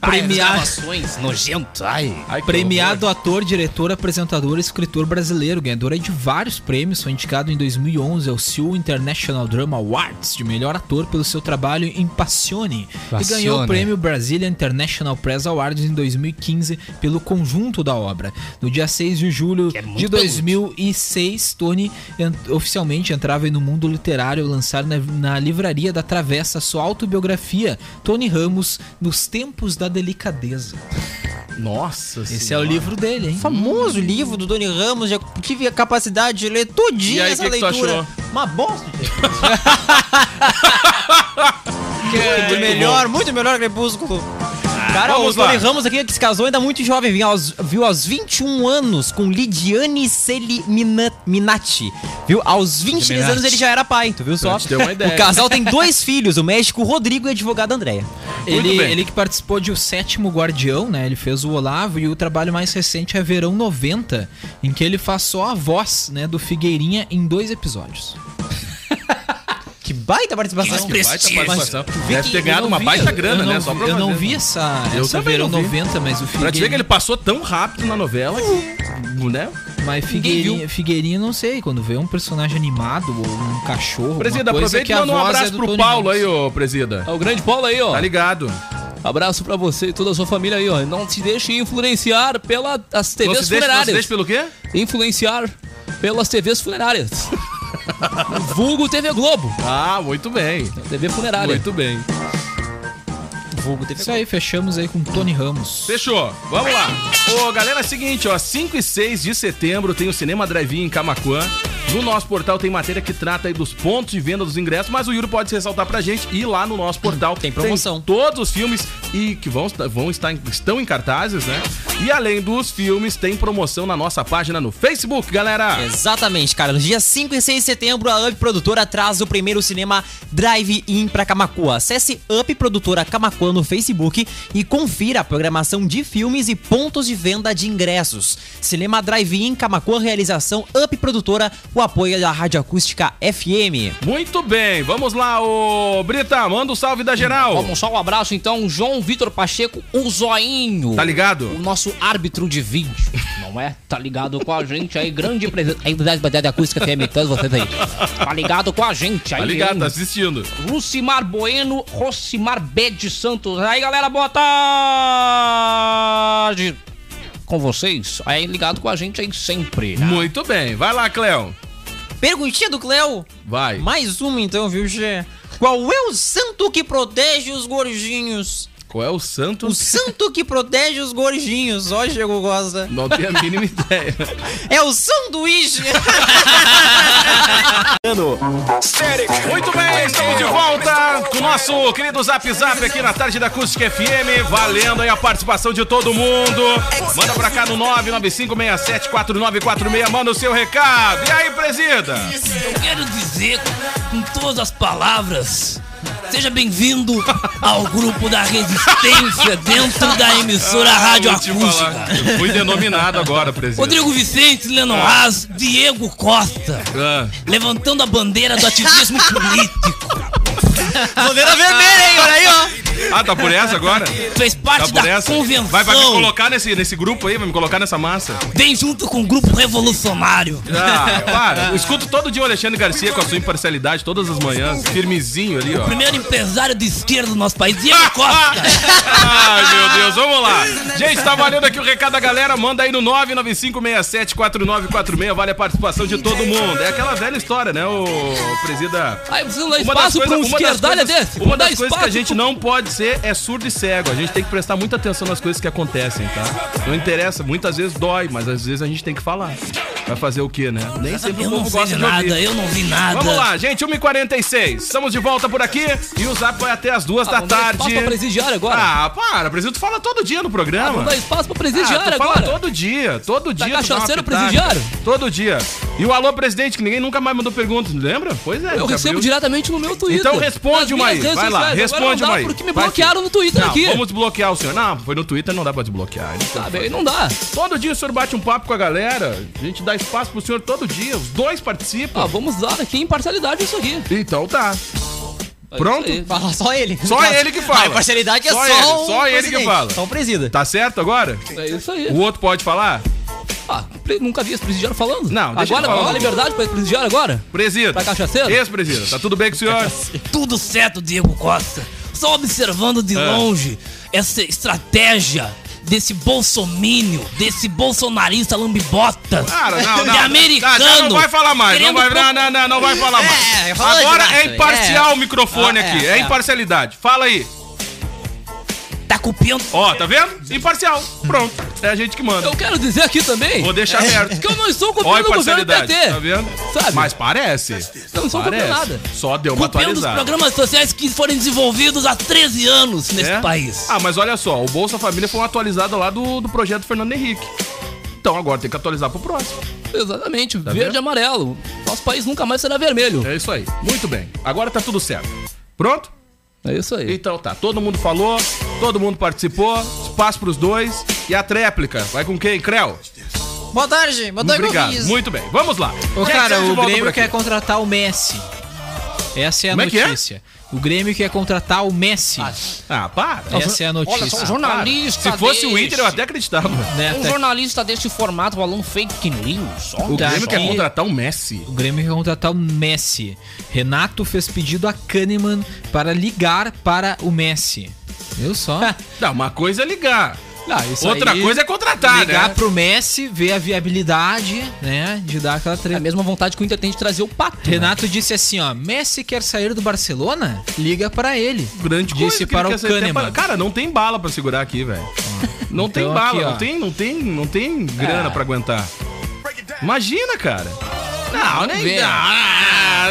H: Premiar-
I: Premiar. Gravações nojento. Ai.
E: Ai, que
H: Premiado ator, diretor, apresentador e escritor brasileiro, ganhador de vários prêmios, foi indicado em 2011 ao Seoul International Drama Awards de melhor ator pelo seu trabalho em Passione, e ganhou o
J: Passione.
H: prêmio Brasília International Press Awards em 2015 pelo conjunto da obra. No dia 6 de julho
I: é muito
H: de 2006, Tony en- oficialmente entrava aí no mundo literário ao lançar na, na livraria da Travessa sua autobiografia, Tony Ramos, Nos Tempos da Delicadeza.
E: horror. Nossa
H: Esse é o
E: Senhora.
H: livro dele, hein?
G: famoso livro do Doni Ramos, já tive a capacidade de ler tudinho
E: E aí,
G: essa
E: que que tu
G: leitura.
E: achou?
G: Uma bosta, gente. muito melhor, muito melhor Crepúsculo. Cara,
H: é
E: vamos
G: o Doni
E: lá.
G: Ramos aqui que se casou ainda muito jovem, viu aos, viu aos 21 anos com Lidiane Seliminati. Viu? Aos 23 anos ele já era pai, tu viu só?
E: Pra te ter uma ideia.
G: O casal tem dois filhos, o médico Rodrigo e a advogada Andréia.
E: Muito
H: Ele,
E: bem.
H: ele que participou de O Sétimo Guardião, né? Ele fez o Olavo e o trabalho mais recente é Verão 90, em que ele faz só a voz, né, do Figueirinha em dois episódios.
G: Que baita participação.
E: Que baita participação.
G: vê
E: Deve
G: que
E: ter
G: eu
E: ganhado
H: Eu não
E: uma
H: vi-
E: baita
H: eu
E: grana,
H: não
E: né?
H: vi-
E: Só pra
H: Eu não
E: fazer.
H: vi essa,
E: Eu
H: essa
E: também
H: Verão
E: não vi.
H: 90, mas o
E: Pra te ver que ele
H: Figueirinha...
E: passou tão rápido na novela que, né?
H: Mas Figueirinha, Figueirinha, não sei, quando vê um personagem animado ou um cachorro, uma
E: Presida,
H: coisa
E: aproveita
H: que
E: e
H: a
E: manda um
H: voz é
E: abraço
H: do
E: pro
H: Tony
E: Paulo
H: Ramos.
E: aí, ô Presida.
J: É o grande Paulo aí, ó.
E: Tá ligado?
J: Abraço pra você e toda a sua família aí, ó. Não se deixe influenciar pelas
E: Não
J: TVs
E: se deixa, não se
J: funerárias.
E: deixa pelo quê?
J: Influenciar pelas TVs funerárias. Vulgo TV Globo.
E: Ah, muito bem.
J: TV funerária.
E: Muito bem.
H: Isso aí, fechamos aí com Tony Ramos.
E: Fechou, vamos lá. Ô, galera, é o seguinte, ó, 5 e 6 de setembro tem o Cinema Drive-In em Camacuã. No nosso portal tem matéria que trata aí dos pontos de venda dos ingressos, mas o Yuri pode ressaltar pra gente e lá no nosso portal
G: Tem promoção.
E: todos os filmes e que vão, vão estar em- estão em cartazes, né? E além dos filmes, tem promoção na nossa página no Facebook, galera.
G: Exatamente, cara. Nos dias 5 e 6 de setembro, a Up Produtora traz o primeiro cinema Drive-In pra Camacuã. Acesse Up Produtora Camacuã no Facebook e confira a programação de filmes e pontos de venda de ingressos. Cinema Drive-In Camacuã, realização Up Produtora, o apoio da Rádio Acústica FM.
E: Muito bem, vamos lá, ô Brita, manda um salve da geral.
I: Vamos só um abraço então, João Vitor Pacheco, o Zoinho.
E: Tá ligado?
I: O nosso árbitro de vídeo, não é? Tá ligado com a gente aí, grande presença. Aí, da Batalha Acústica FM, todos vocês aí. Tá ligado com a gente aí,
E: Tá ligado,
I: hein?
E: tá assistindo.
I: Lucimar Bueno, Rosimar B de Santos. Aí, galera, boa tarde com vocês. Aí, ligado com a gente aí sempre. né?
E: Muito bem, vai lá, Cleo.
G: Perguntinha do Cleo.
E: Vai.
G: Mais uma então, viu, Gê? Qual é o santo que protege os gordinhos?
E: Qual é o santo?
G: O santo que protege os gordinhos, ó, Diego Gosta.
E: Não tenho a mínima ideia.
G: É o sanduíche!
D: Ano.
E: Muito bem, estamos de volta com o nosso querido Zap Zap aqui na tarde da Acústica FM, valendo aí a participação de todo mundo. Manda pra cá no 995674946, manda o seu recado. E aí, presida?
J: Eu quero dizer com todas as palavras. Seja bem-vindo ao grupo da resistência dentro da emissora Rádio
E: Ah, Vou te falar,
J: Acústica.
E: eu Fui denominado agora, presida.
J: Rodrigo Vicente, Lennon Haas, Diego Costa,
E: Ah,
J: levantando a bandeira do ativismo político.
G: Bandeira vermelha, hein? Olha aí, ó.
E: Ah, tá por essa agora?
J: Fez
E: Tá
J: parte
E: por
J: da
E: essa?
J: convenção.
E: Vai, vai me colocar nesse, nesse grupo aí, vai me colocar nessa massa.
J: Vem junto com o grupo revolucionário.
E: Ah, para. Eu escuto todo dia o Alexandre Garcia com a sua imparcialidade, todas as manhãs, firmezinho ali, ó.
J: Primeiro empresário de esquerda do nosso país, Diego Costa.
E: Ai, meu Deus, vamos lá. Gente, tá valendo aqui o recado da galera. Manda aí no 995674946. Vale a participação de todo mundo. É aquela velha história, né, ô presida?
J: Aí você não dá
E: Uma das
J: espaço
E: coisas,
J: pra
E: uma das
J: um esquerdalha
E: coisas-
J: desse.
E: uma
J: Dá
E: das coisas que a
J: espaço
E: gente não pode ser é surdo e cego. A gente tem que prestar muita atenção nas coisas que acontecem, tá? Não interessa, muitas vezes dói, mas às vezes a gente tem que falar. Vai fazer o quê, né? Nem sempre
J: Eu
E: o
J: não
E: povo
J: sei
E: gosta
J: de
E: de ouvir.
J: nada, eu não vi nada.
E: Vamos lá, gente, 1h46. Estamos de volta por aqui e o zap vai até as duas da
J: Ah, vamos dar espaço
E: tarde.
J: pra presidiário agora. Ah,
E: Ah, para, presidente, tu fala todo dia no programa.
J: Vamos dar espaço pra presidiário
E: Ah, tu
J: agora.
E: Fala todo dia, todo dia.
J: Tá
E: tu dá uma
J: cachaceiro,
E: pitada.
J: presidiário?
E: Todo dia. E o alô, presidente, que ninguém nunca mais mandou pergunta, lembra? Pois é.
J: Eu
E: já
J: recebo
E: abriu.
J: diretamente no meu Twitter.
E: Então responde
J: Nas
E: uma aí,
J: minhas redes
E: vai lá,
J: sociais. Agora
E: responde
J: não
E: uma
J: dá
E: aí.
J: Porque me
E: Vai,
J: bloquearam no Twitter
E: Não,
J: aqui.
E: vamos desbloquear o senhor. Não, foi no Twitter, não dá pra desbloquear. Então,
J: Sabe, aí não dá.
E: Todo dia o senhor bate um papo com a galera, a gente dá espaço pro senhor todo dia, os dois participam.
J: Ah, vamos dar aqui imparcialidade isso aqui.
E: Então tá. Pronto?
J: Isso aí.
G: Fala só ele.
E: Só ele que fala.
G: A imparcialidade é
E: Só
G: só,
E: ele,
G: o
E: só ele que
G: presidente,
E: fala.
G: Só o presida.
E: Tá certo agora?
J: É isso aí.
E: O outro pode falar?
J: Ah, pre- nunca vi esse presidiário falando.
E: Não, deixa ele
J: Agora,
E: falar.
J: maior liberdade pra esse presidiário agora?
E: Presida.
J: Tá cachaceiro?
E: Ex-presida. Tá tudo bem com o senhor?
J: Tudo certo, Diego Costa. Só observando de
E: É.
J: longe essa estratégia desse bolsomínio, desse bolsonarista lambibotas.
E: Cara, não, não.
J: De
E: Ah,
J: americano.
E: já não vai falar mais. Não
J: Querendo
E: vai, não,
J: pro-
E: não, não, não vai falar mais.
G: É, fala
E: Agora
G: demais
E: é
G: também.
E: imparcial
G: É.
E: o microfone
G: Ah, é,
E: aqui. É
G: é.
E: imparcialidade. Fala aí.
J: Tá copiando.
E: Ó, tá vendo? Imparcial. Pronto. É a gente que manda.
J: Eu quero dizer aqui também
E: Vou deixar aberto.
J: que eu não estou
E: Ó, a
J: copiando o governo do Ah,
E: imparcialidade.
J: PT.
E: Tá vendo?
J: Sabe?
E: Mas parece.
J: Eu não sou
E: Parece.
J: copiando nada.
E: Só deu uma
J: Copiando os
E: atualizada.
J: programas sociais que foram desenvolvidos há 13 anos nesse
E: É?
J: país.
E: Ah, mas olha só, o Bolsa Família foi uma atualizada lá do, do projeto Fernando Henrique. Então agora tem que atualizar pro próximo.
J: Exatamente, verde
E: tá vendo?
J: e amarelo. Nosso país nunca mais será vermelho.
E: É isso aí. Muito bem. Agora tá tudo certo. Pronto?
J: É isso aí.
E: Então tá, todo mundo falou, todo mundo participou, espaço pros dois. E a tréplica, vai com quem? Creu?
G: Boa tarde. Boa tarde,
E: Obrigado.
G: Gomes.
E: Muito bem, vamos lá.
H: Ô,
E: Gente, estamos é tá
H: cara,
E: de
H: o
E: volta por
H: Grêmio
E: aqui.
H: quer contratar o Messi. Essa é a
E: Como é que é?
H: notícia. O Grêmio quer contratar o Messi.
E: Ah, para.
H: Essa é a notícia.
I: Olha só, um
E: Jornalista.
I: jornalista.
E: Se fosse o
I: deste-
E: Inter, eu até acreditava.
H: Né,
I: Um
J: é.
H: tá-
I: jornalista deste formato falando fake news.
E: O
I: Olha
E: Grêmio
I: só.
E: quer contratar um Messi.
H: O Grêmio quer contratar o Messi. Renato fez pedido a Kahneman para ligar para o Messi. Viu só?
E: Não, uma coisa é ligar.
H: Ah, isso
E: Outra
H: aí-
E: coisa é contratar,
H: Ligar
E: né?
H: pro Messi, ver a viabilidade, né? De dar aquela
J: É a
H: treta.
J: mesma vontade que o Inter tem de trazer o Pato. né?
H: Renato disse assim, ó, Messi quer sair do Barcelona? Liga para ele.
E: grande coisa.
H: Disse
E: que ele
H: para
E: quer
H: o
E: ser- até
H: Kahneman.
E: para- Cara, não tem bala pra segurar aqui, velho. Não tem
H: Então
E: bala,
H: aqui, ó. Ah.
E: não tem, não tem, não tem grana pra aguentar. Imagina, cara. Não, nem
J: ver.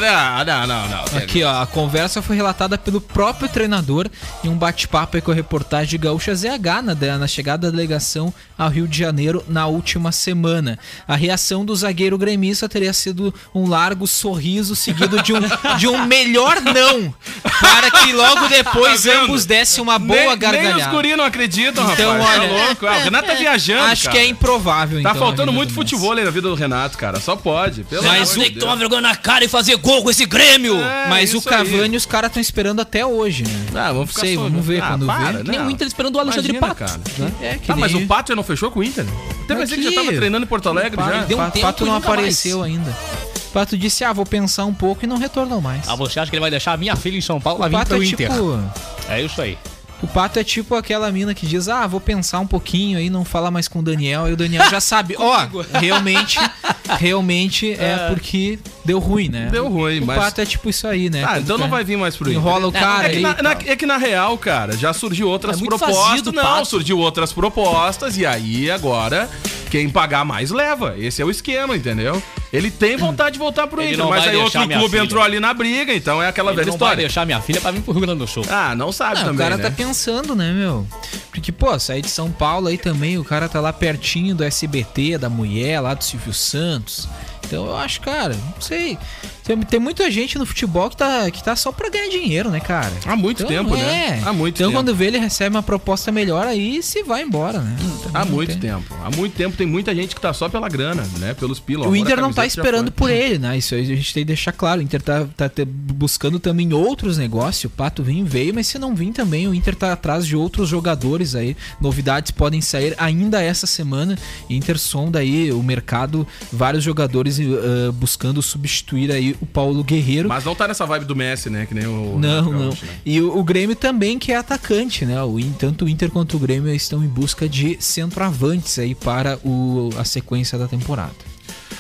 E: dá. Não, não, não, não.
H: Aqui, ó, a conversa foi relatada pelo próprio treinador em um bate-papo aí com a reportagem de Gaúcha ZH na, de- na chegada da delegação ao Rio de Janeiro na última semana. A reação do zagueiro gremista teria sido um largo sorriso seguido de um, de um melhor não, para que logo depois
E: Tá vendo?
H: ambos dessem uma boa
E: nem,
H: gargalhada.
E: Nem os guri não acreditam,
H: Então,
E: rapaz.
H: olha-
E: Tá louco. Ah, o Renato tá viajando,
H: Acho
E: cara.
H: que é improvável,
E: Tá
H: então,
E: faltando
H: a vinda
E: muito
H: do
E: futebol aí na vida do Renato, cara. Só pode. Pelo
J: Mas
E: amor de
J: tem que
E: Deus.
J: tomar vergonha na cara e fazer gol com esse Grêmio.
E: É,
H: Messi. Mas o
E: isso aí.
H: Cavani os caras estão esperando até hoje, né?
E: Ah, vamos ficar
H: Sei,
E: só-
H: vamos ver
E: Ah,
H: quando
E: para,
H: ver. um
J: Que nem
E: não.
J: o Inter esperando o Alexandre
E: Imagina,
J: Pato.
E: cara.
H: É, que
E: Ah, mas
H: nem-
E: o Pato já não fechou com o Inter? Até pensei que já
H: Aqui.
E: tava treinando em Porto Alegre já.
H: Deu um
J: Pato-
H: tempo
J: Pato
H: e
J: não
H: nunca
K: né?
J: apareceu
H: mais. ainda. Pato disse, ah, vou pensar um pouco e não retornou mais.
E: Tá,
I: Ah, você acha que ele vai deixar a minha filha em São Paulo
H: o
I: pra vir
H: Pato
I: pro
H: é
I: Inter?
H: tipo...
I: É isso aí.
H: O Pato é tipo aquela mina que diz, ah, vou pensar um pouquinho e não falar mais com o Daniel. E o Daniel já sabe, ó, realmente, realmente é porque deu ruim, né?
E: Deu ruim,
H: o
E: mas-
H: Pato é tipo isso aí, né?
E: Ah,
H: Quando
E: então não
H: quer-
E: vai vir mais pro Inter.
H: Enrola o cara
E: é, que
H: aí tá.
E: na,
H: e
E: na-
H: tal.
E: é que na real, cara, já surgiu outras
J: É muito
E: propostas.
J: vazido,
E: não,
J: Pato.
E: surgiu outras propostas e aí agora Quem pagar mais leva. Esse é o esquema, entendeu? Ele tem vontade de voltar pro
K: Ele
E: Inter,
K: não
E: mas
K: vai
E: aí outro
K: deixar minha
E: clube
K: filha.
E: entrou ali na briga, então é aquela
K: Ele
E: velha
K: não vai
E: história.
K: deixar minha filha pra vir pro Rio Grande do Sul.
E: Ah, não sabe
H: Ah,
E: também,
H: o cara
E: né?
H: tá pensando, né, meu? Porque, pô, sair de São Paulo aí também, o cara tá lá pertinho do SBT, da mulher, lá do Silvio Santos. Então eu acho, cara, não sei. Tem, tem muita gente no futebol que tá, que tá só pra ganhar dinheiro, né, cara?
E: Há muito
H: Então,
E: tempo, né?
H: é.
E: Há muito
H: então
E: tempo.
H: quando vê, ele recebe uma proposta melhor aí e se vai embora, né?
E: Há
H: Não
E: muito
H: tem.
E: tempo. Há muito tempo tem muita gente que tá só pela grana, né? Pelos pilos.
H: O Inter não tá esperando por ele, né? Isso aí a gente tem que deixar claro. O Inter tá, tá te- buscando também outros negócios. O Pato Vinho veio, mas se não vir também, o Inter tá atrás de outros jogadores aí. Novidades podem sair ainda essa semana. Inter sonda aí o mercado, vários jogadores eh, buscando substituir aí o Paulo Guerreiro.
E: Mas não tá nessa vibe do Messi, né? Que nem o.
H: Não,
E: Rafael,
H: não.
E: acho, né?
H: E o, o Grêmio também, que é atacante, né? O, In- tanto o Inter quanto o Grêmio estão em busca de centroavantes aí para o, a sequência da temporada.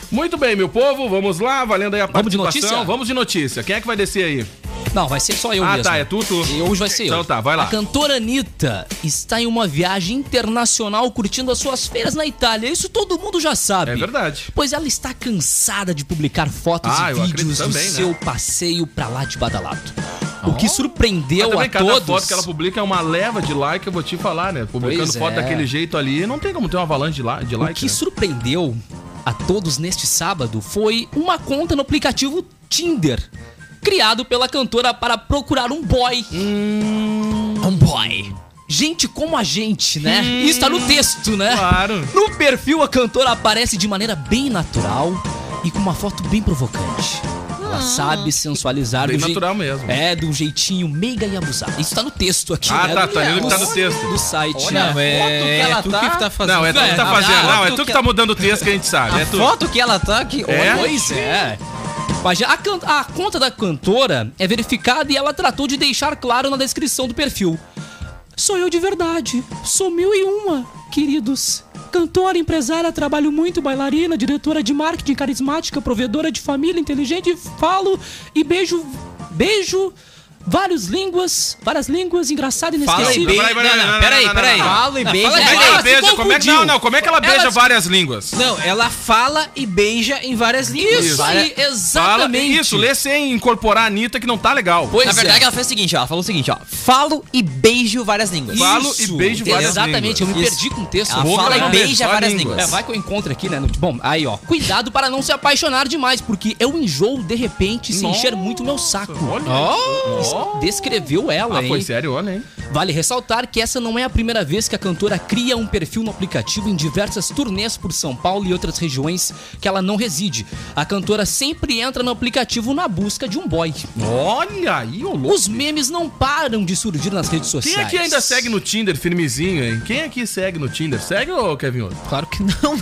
E: Muito bem, meu povo, vamos lá, valendo aí a
K: Vamos de
E: participação.
K: notícia?
E: Vamos de notícia. Quem é que vai descer aí?
J: Não, vai ser só eu
E: ah,
J: mesmo.
E: tá, é tu, tu.
J: E hoje vai ser
E: Então
J: eu.
E: tá, vai lá.
J: A cantora Anitta está em uma viagem internacional curtindo as suas feiras na Itália. Isso todo mundo já sabe.
E: É verdade.
J: Pois ela está cansada de publicar fotos
E: Ah,
J: e
E: eu acredito
J: vídeos do
E: também, né?
J: seu passeio pra lá de badalato. O que surpreendeu
E: Mas também
J: a
E: cada
J: todos.
E: foto que ela publica é uma leva de like, eu vou te falar, né? Publicando
J: Pois
E: foto
J: é.
E: daquele jeito ali, não tem como ter uma avalanche de, la de
J: O
E: like.
J: que
E: né?
J: surpreendeu a todos neste sábado foi uma conta no aplicativo Tinder, criado pela cantora para procurar um boy.
E: Hum.
J: Um boy. Gente como a gente, né? Isso está no texto, né?
E: Claro.
J: No perfil, a cantora aparece de maneira bem natural e com uma foto bem provocante. Ela sabe sensualizar
E: Ah. Bem
J: do jei-
E: natural mesmo.
J: É, de um jeitinho meiga e abusado. Isso tá no texto aqui,
E: Ah,
J: né?
E: tá,
J: Do-
E: tá lendo o que tá no texto.
J: Do site.
G: Olha,
J: né?
G: é-
J: Foto que ela
G: tu
J: tá-
G: que tá fazendo.
E: Não, é tu que tá
G: É,
E: fazendo.
G: a
E: Não, é
G: foto
E: tu que
G: que
E: tá mudando o texto que a gente sabe. É tu.
G: Foto que ela tá aqui.
E: É?
J: Pois é. Mas já a, can- a conta da cantora é verificada e ela tratou de deixar claro na descrição do perfil. Sou eu de verdade. Sou mil e uma, queridos. Cantora, empresária, trabalho muito, bailarina, diretora de marketing, carismática, provedora de família, inteligente, falo e beijo. Beijo. Várias línguas, várias línguas, engraçado e
G: Fala e
J: inesquecível.
G: beija.
E: Peraí, peraí, não,
G: Não,
E: não,
G: não, Peraí,
E: não, não,
G: peraí.
E: não, não.
G: Fala e beija.
J: fala
E: Como é
J: e
E: que
J: Ela
E: ela
J: se
E: beija? Como é que, não,
J: confundiu.
E: não, como é que ela beija
J: Ela se-
E: várias línguas?
H: Não, ela fala e beija em várias línguas.
J: Isso aí,
E: Fala
J: exatamente.
E: isso, lê sem incorporar a Anitta que não tá legal.
J: Pois
G: Na verdade,
J: é.
G: ela fez o seguinte, ó. Ela falou o seguinte, ó. Falo e beijo várias línguas.
E: Falo e beijo várias
J: Exatamente, eu
E: línguas.
J: me
G: Isso.
J: perdi com o texto.
G: Ela
E: Boca
G: fala
E: não
G: e
E: beijo,
G: beija
E: só
G: várias
E: línguas.
G: línguas.
J: É, vai que eu encontro aqui, né? no- Bom, aí ó. Cuidado para não se apaixonar demais, porque eu enjoo de repente se encher muito meu saco. Isso Descreveu ela,
E: Ah,
J: hein?
E: foi sério, olha, hein?
J: Vale ressaltar que essa não é a primeira vez que a cantora cria um perfil no aplicativo em diversas turnês por São Paulo e outras regiões que ela não reside. A cantora sempre entra no aplicativo na busca de um boy.
E: Olha aí, ô louco.
J: Os memes não param de surgir nas redes sociais.
E: Quem aqui ainda segue no Tinder firmezinho, hein? Quem aqui segue no Tinder? Segue ou Kevin Ouro?
H: Claro que não.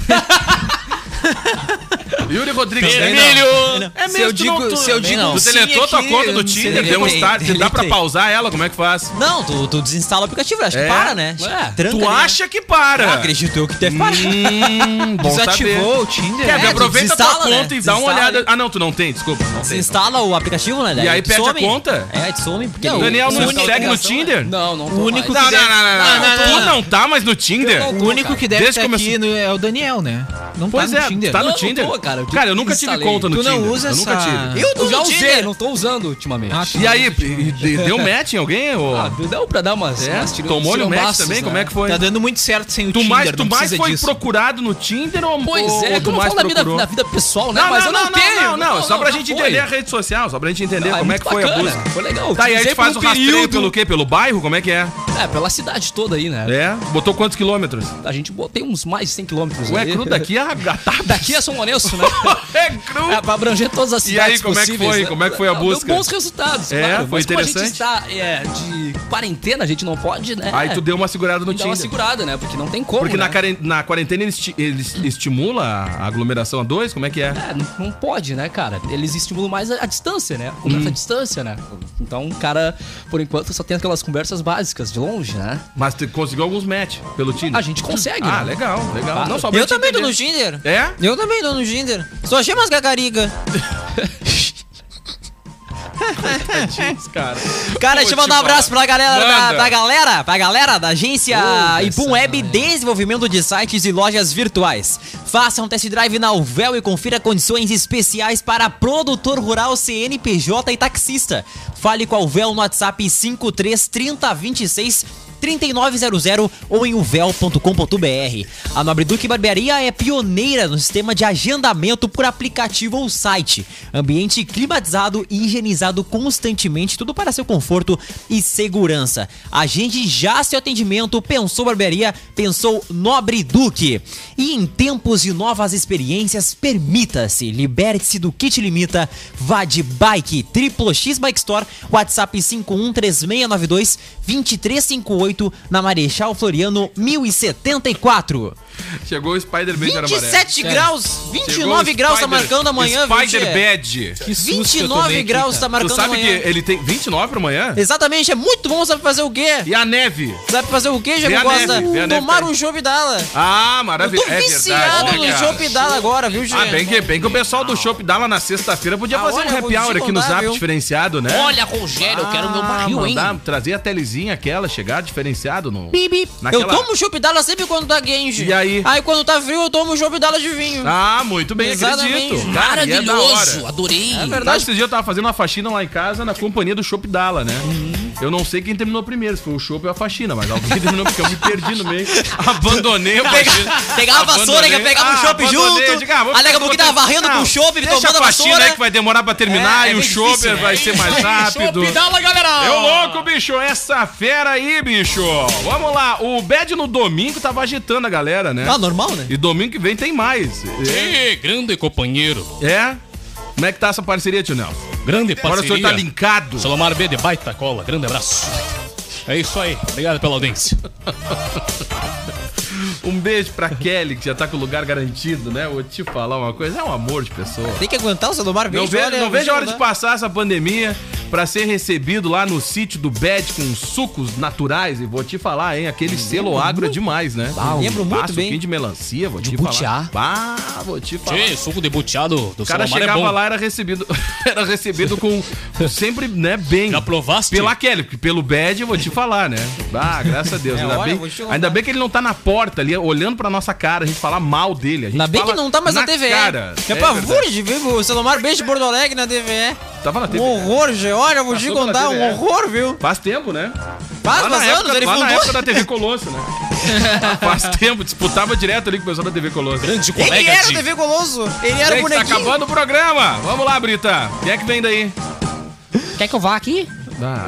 E: Yuri Rodrigues. É
G: Se eu
E: tu
G: digo-
E: não- tu-
G: se eu digo
E: Tu
G: sim
E: deletou
G: aqui,
E: tua conta
G: eu
E: do
G: não
E: Tinder,
G: sei.
E: deu um
G: Deletei,
E: start. Dá pra
G: deletei.
E: pausar ela? Como é que faz?
G: Não, tu, tu desinstala o aplicativo, acho que
E: É?
G: para, né?
J: Ué,
G: Tranca,
E: tu
G: né?
E: acha que para.
G: Ah, acredito eu que deve parar.
E: Hum, bom
H: Desativou o Tinder.
E: Kevin,
G: É,
E: aproveita a tua
G: desinstala, né?
E: conta e dá uma
G: Desinstala.
E: olhada. Ah, não, tu não tem, desculpa. Não
G: Você
E: tem, não.
G: instala o aplicativo, né? daí
E: aí
G: tu
E: perde a
G: some.
E: conta?
G: É, tu some, porque...
E: O Daniel não
G: Some.
E: segue no Tinder?
J: Não, não. O
H: único
E: Não, não, não, não, não,
H: Não, não,
E: Tu
H: não.
E: não tá mais no
J: É.
E: Tinder?
H: O único que deve
E: Desde
H: estar
E: que
H: aqui
E: começou-
H: no- é o Daniel, né? Não
E: Pois
H: tá
E: é,
H: no Tinder.
E: tá no
J: Não, não
E: Tinder.
J: tô, cara, eu
E: eu nunca tive
J: instalei.
E: conta no
H: Tu
E: Tinder.
H: não usa
E: eu nunca
H: essa-
E: tive.
G: Eu tô
J: Eu já
G: no
J: usei,
G: Tinder.
J: não tô usando ultimamente.
H: Ah,
E: E aí, e- e- deu match em alguém? Ou...
J: Ah, deu- deu pra dar umas.
E: é?
J: umas tira-
E: Tomou-lhe o match
J: tirambaços,
E: também?
J: né?
E: Como é que foi?
H: Tá dando muito certo sem o
E: Tu
H: Tinder,
E: mais, tu
H: não
E: mais
H: precisa
E: foi
H: disso.
E: procurado no Tinder ou
J: Pois
E: ou
J: é,
E: tu
J: como eu
E: mais
J: falo da vida,
E: procurou?
J: da vida pessoal, né?
E: Não,
J: Mas
E: não,
J: eu
E: não,
J: não, tá tenho.
E: Não, não, só pra
J: já
E: gente
J: foi.
E: entender a rede social, só pra gente entender
J: Ah,
E: como é
J: muito
E: que foi a
J: bacana,
E: busca.
J: Foi legal.
E: Tá, e aí a gente
J: Utilizei
E: faz o
J: por um
E: rastreio
J: período.
E: pelo quê? Pelo bairro? Como é que é?
J: É, pela cidade toda aí, né?
E: É? Botou quantos quilômetros?
J: A gente botei uns mais de 100 quilômetros
E: Ué,
J: ali.
E: cru daqui a gatada.
J: Daqui é São Lourenço, né?
E: É cru.
J: É, pra abranger todas as
E: E aí,
J: cidades
E: como é que
J: possíveis,
E: foi?
J: né?
E: Como é que foi a
J: Deu
E: busca?
J: bons resultados,
E: É,
J: claro.
E: foi
J: mas como a gente
E: interessante.
J: está é, de quarentena, a gente não pode, né?
E: Aí tu deu uma segurada no
J: Dá uma
E: Tinder.
J: segurada, né? Porque não tem como,
E: Porque
J: né?
E: na, quaren- na quarentena eles esti- eles estimula a aglomeração a dois? Como é que é?
J: É, não- não pode, né, cara? Eles estimulam mais a, a distância, né? A
E: Hum.
J: conversa à distância, né? Então, o cara, por enquanto, só tem aquelas conversas básicas de longe, né?
E: Mas tu conseguiu alguns match pelo Tinder?
J: A gente consegue,
E: Ah,
J: né?
E: legal, legal.
J: Claro.
E: Não, só pra
G: Eu
E: gente
G: também tô
E: entender.
G: no Tinder.
E: É?
G: Eu também tô no Tinder. Só achei umas gagariga.
E: Coitadinhos, cara.
H: Cara,
E: Vou
H: deixa eu
E: te
H: mandar um
E: falar.
H: abraço pra galera, pra,
E: Manda.
H: pra galera, pra galera da agência
L: Puta,
H: Ipum
L: essa
H: Web
L: mãe.
H: Desenvolvimento de Sites e Lojas Virtuais. Faça um test drive na Uvel e confira condições especiais para produtor rural, CNPJ e taxista. Fale com a Uvel no WhatsApp 53 30 26 3900 ou em uvel.com.br. A Nobre Duque Barbearia é pioneira no sistema de agendamento por aplicativo ou site. Ambiente climatizado e higienizado constantemente, tudo para seu conforto e segurança. Agende já seu atendimento, pensou barbearia, pensou Nobre Duque. E em tempos de novas experiências, permita-se, liberte-se do que te limita, vá de bike, triplo X Bike Store, WhatsApp 513692 2358 na Marechal Floriano 1074.
E: Chegou o Spider-Man de Arambaré.
H: 27
L: Sério.
H: graus, 29 graus tá marcando amanhã, viu, Tchê?
E: Spider-Bad.
L: Que susto que eu tomei
H: 29
L: aqui,
H: graus
L: cara.
H: tá
E: Tu
H: marcando
E: sabe
H: amanhã.
E: que ele tem 29 pra amanhã?
H: Exatamente, é muito bom, sabe fazer o quê?
E: E a neve?
H: Sabe fazer o quê,
E: Vê a
H: Diego Costa?
E: neve, vê a neve,
H: Tomar
E: tá aí.
H: um chope d'ala.
E: Ah,
H: Eu tô
E: maravilha. É
H: viciado
E: verdade. né,
H: no
E: cara?
H: chope d'ala agora, viu, Diego?
E: Ah, bem que, bem que o pessoal do Shop Dala na sexta-feira podia
H: Ah,
E: fazer
H: olha,
E: um
H: vou te
E: happy hour aqui no
H: contar,
E: Zap
H: viu?
E: diferenciado, né? Ah,
J: Olha, Rogério, eu quero meu barril, hein?
E: mandar, Trazer a telezinha aquela, chegar diferenciado no...
H: Bibi. Eu
E: Naquela-
H: tomo chope d'ala sempre quando tá quente.
E: E aí?
H: Aí quando tá frio, eu tomo chope d'ala de vinho.
E: Ah, muito bem,
H: Exatamente.
E: acredito. Cara, e é da hora.
J: Maravilhoso, adorei.
E: Na verdade, esses dias eu tava fazendo uma faxina lá em casa na companhia do Chopp Dala, né? Eu não sei quem terminou primeiro, se foi o Chopp ou a faxina, mas alguém terminou porque eu me perdi no meio. Abandonei a faxina. Ah,
H: Pegava a vassoura, que eu pegava o chope junto. Aí daqui a pouquinho tava varrendo com o chope,
E: me tomando a faxina aí que vai demorar pra terminar
H: É, é
E: e o
H: bem
E: Chopp
H: difícil,
E: vai ser mais rápido.
J: Pidala, galera!
E: Eu louco, bicho, essa fera aí, bicho. Vamos lá, o Bad no domingo tava agitando a galera, né?
H: Ah, normal, né?
E: E domingo que vem tem mais.
J: Ê, É grande companheiro.
E: É? Como é que tá essa parceria, tio Nelson?
J: Grande
E: Agora o senhor tá linkado.
J: Salomar B de baita cola. Grande abraço. É isso aí. Obrigado pela audiência.
E: Um beijo pra Kelly, que já tá com o lugar garantido, né? Vou te falar uma coisa, é um amor de pessoa.
H: Tem que aguentar o celular,
E: Não
H: beijo, né?
E: vejo,
H: olha,
E: não
H: vou te
E: vejo a hora de
H: contar.
E: passar essa pandemia pra ser recebido lá no sítio do Bad com sucos naturais. E vou te falar, hein? Aquele selo agro é demais, né?
H: me lembro muito
E: paço,
H: bem.
E: fim de melancia, vou te
H: butiá.
E: falar. Ah, vou te falar.
J: Tchê, suco de buteado do
E: O cara
J: Salomar é
E: chegava
J: bom.
E: lá era recebido era recebido com sempre, né, bem.
J: Já provaste?
E: Pela Kelly, porque pelo Bad eu vou te falar, né? Ah, graças a Deus.
H: É,
E: ainda,
H: olha,
E: bem,
H: vou te contar.
E: ainda bem que ele não tá na porta ali, olhando pra nossa cara, a gente falar mal dele. A gente
H: Ainda bem que
E: fala
H: não tá mais na, TV.
E: Cara.
H: é pavor de ver o celular, beijo de Porto Alegre na TVE.
E: verdade. Tava na
H: Um
E: TV.
H: horror, Gê. Olha, eu vou te
E: Passou pela
H: contar, um
E: TVE.
H: horror, viu?
E: Faz tempo, né?
H: Faz,
E: na
H: faz
E: época-
H: anos, ele
E: lá na época
H: fundou.
E: da TV Colosso, né? Faz tempo, disputava direto ali com o pessoal da TV Colosso.
J: Grande colega
H: Ele era o
J: de...
H: TV Colosso. Ele era o
E: Gente, tá
H: bonequinho.
E: acabando o programa. Vamos lá, Brita. Quem é que vem daí?
G: Quer que eu vá aqui?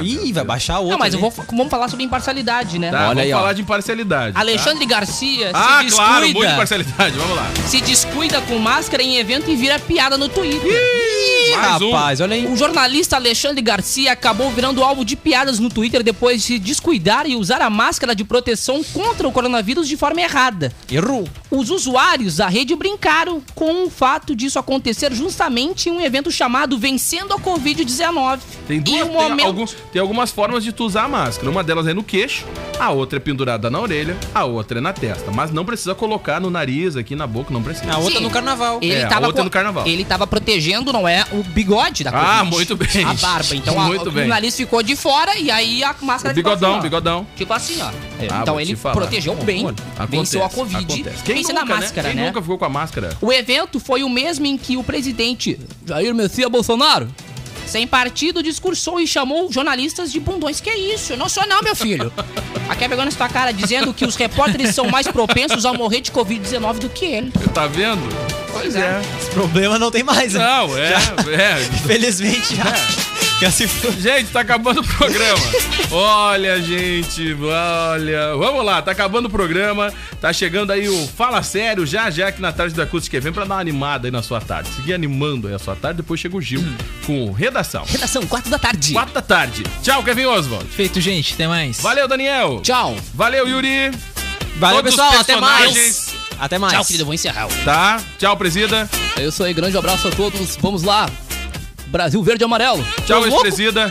H: Ih, vai baixar né? o outro.
G: Não, mas eu
H: ali.
G: vou, vamos falar sobre imparcialidade, né?
E: Tá,
H: Olha
E: vamos
H: aí, ó.
E: falar de imparcialidade. tá?
G: Alexandre Garcia
E: Ah,
G: se descuida,
E: claro, um monte de parcialidade. Vamos lá.
G: se descuida com máscara em evento e vira piada no Twitter.
H: Ih,
E: Mais um.
H: rapaz, olha aí.
G: O jornalista Alexandre Garcia acabou virando alvo de piadas no Twitter depois de se descuidar e usar a máscara de proteção contra o coronavírus de forma errada.
H: Errou.
G: Os usuários da rede brincaram com o fato disso acontecer justamente em um evento chamado Vencendo a Covid-19.
E: Tem
G: E um
E: duas,
G: o
E: tem,
G: momento-
E: alguns- tem algumas formas de tu usar a máscara. Uma delas é no queixo, a outra é pendurada na orelha, a outra é na testa. Mas não precisa colocar no nariz, aqui na boca, não precisa.
H: A outra
G: Sim.
H: no carnaval.
G: Ele
E: É, a
G: tava
E: outra
G: co-
E: no carnaval.
G: Ele tava protegendo, não é, o bigode da
E: Ah, muito bem.
G: A barba. Então a-
E: Muito
G: o
E: bem.
G: nariz ficou de fora e aí a máscara
E: O bigodão,
G: ficou assim, ó.
E: bigodão.
G: Tipo assim, ó.
E: Ah,
G: então
E: vou te
G: ele
E: falar.
G: protegeu bem, venceu a Covid.
E: acontece. Quem
G: Pensa
E: nunca,
G: na máscara,
E: né?
G: né?
E: Quem nunca ficou com a máscara?
G: O evento foi o mesmo em que o presidente Jair Messias Bolsonaro, sem partido, discursou e chamou jornalistas de bundões. Que isso? Eu Não sou não, meu filho. Aqui pegando sua cara dizendo que os repórteres são mais propensos a morrer de Covid-19 do que ele.
E: Tá vendo?
G: Pois é.
H: Esse problema não tem mais, né?
E: Não, é, é.
H: Felizmente já. Já se foi.
E: Gente, tá acabando o programa. Olha, gente, olha. Vamos lá, tá acabando o programa. Tá chegando aí o Fala Sério, já já aqui na tarde da Acústica FM pra dar uma animada aí na sua tarde. Seguir animando aí a sua tarde, depois chega o Gil com redação.
G: Redação, quatro da tarde.
E: Quatro da tarde. Tchau, Kevin Oswald.
L: Feito, gente. Até mais.
E: Valeu, Daniel.
G: Tchau.
E: Valeu, Yuri.
H: Valeu,
E: Todos os
H: pessoal. Até mais.
E: personagens.
H: Até mais.
J: Tchau, querido. Eu vou encerrar.
E: Tá? Tchau, presida.
G: É isso aí, grande abraço a todos. Vamos lá. Brasil verde e amarelo.
E: Tchau, ex-presida.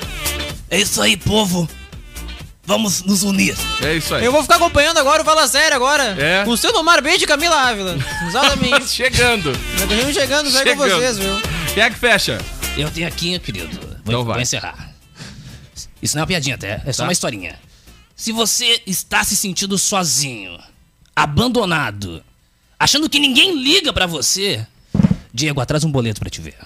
J: É isso aí, povo. Vamos nos unir.
E: É isso aí.
H: Eu vou ficar acompanhando agora o Fala Sério agora.
E: É. Tá
H: Com o seu Nomar Beijo e Camila Ávila. Exatamente.
E: Chegando.
H: Nós estamos chegando, vai com
E: Chegando.
H: vocês, viu?
E: Quem é que fecha?
J: Eu tenho aqui, querido.
E: Então vai.
J: vou encerrar. Isso não é uma piadinha, até. É só
E: Tá.
J: uma historinha. Se você está se sentindo sozinho, abandonado, achando que ninguém liga pra você, Diego, atrás um boleto pra te ver.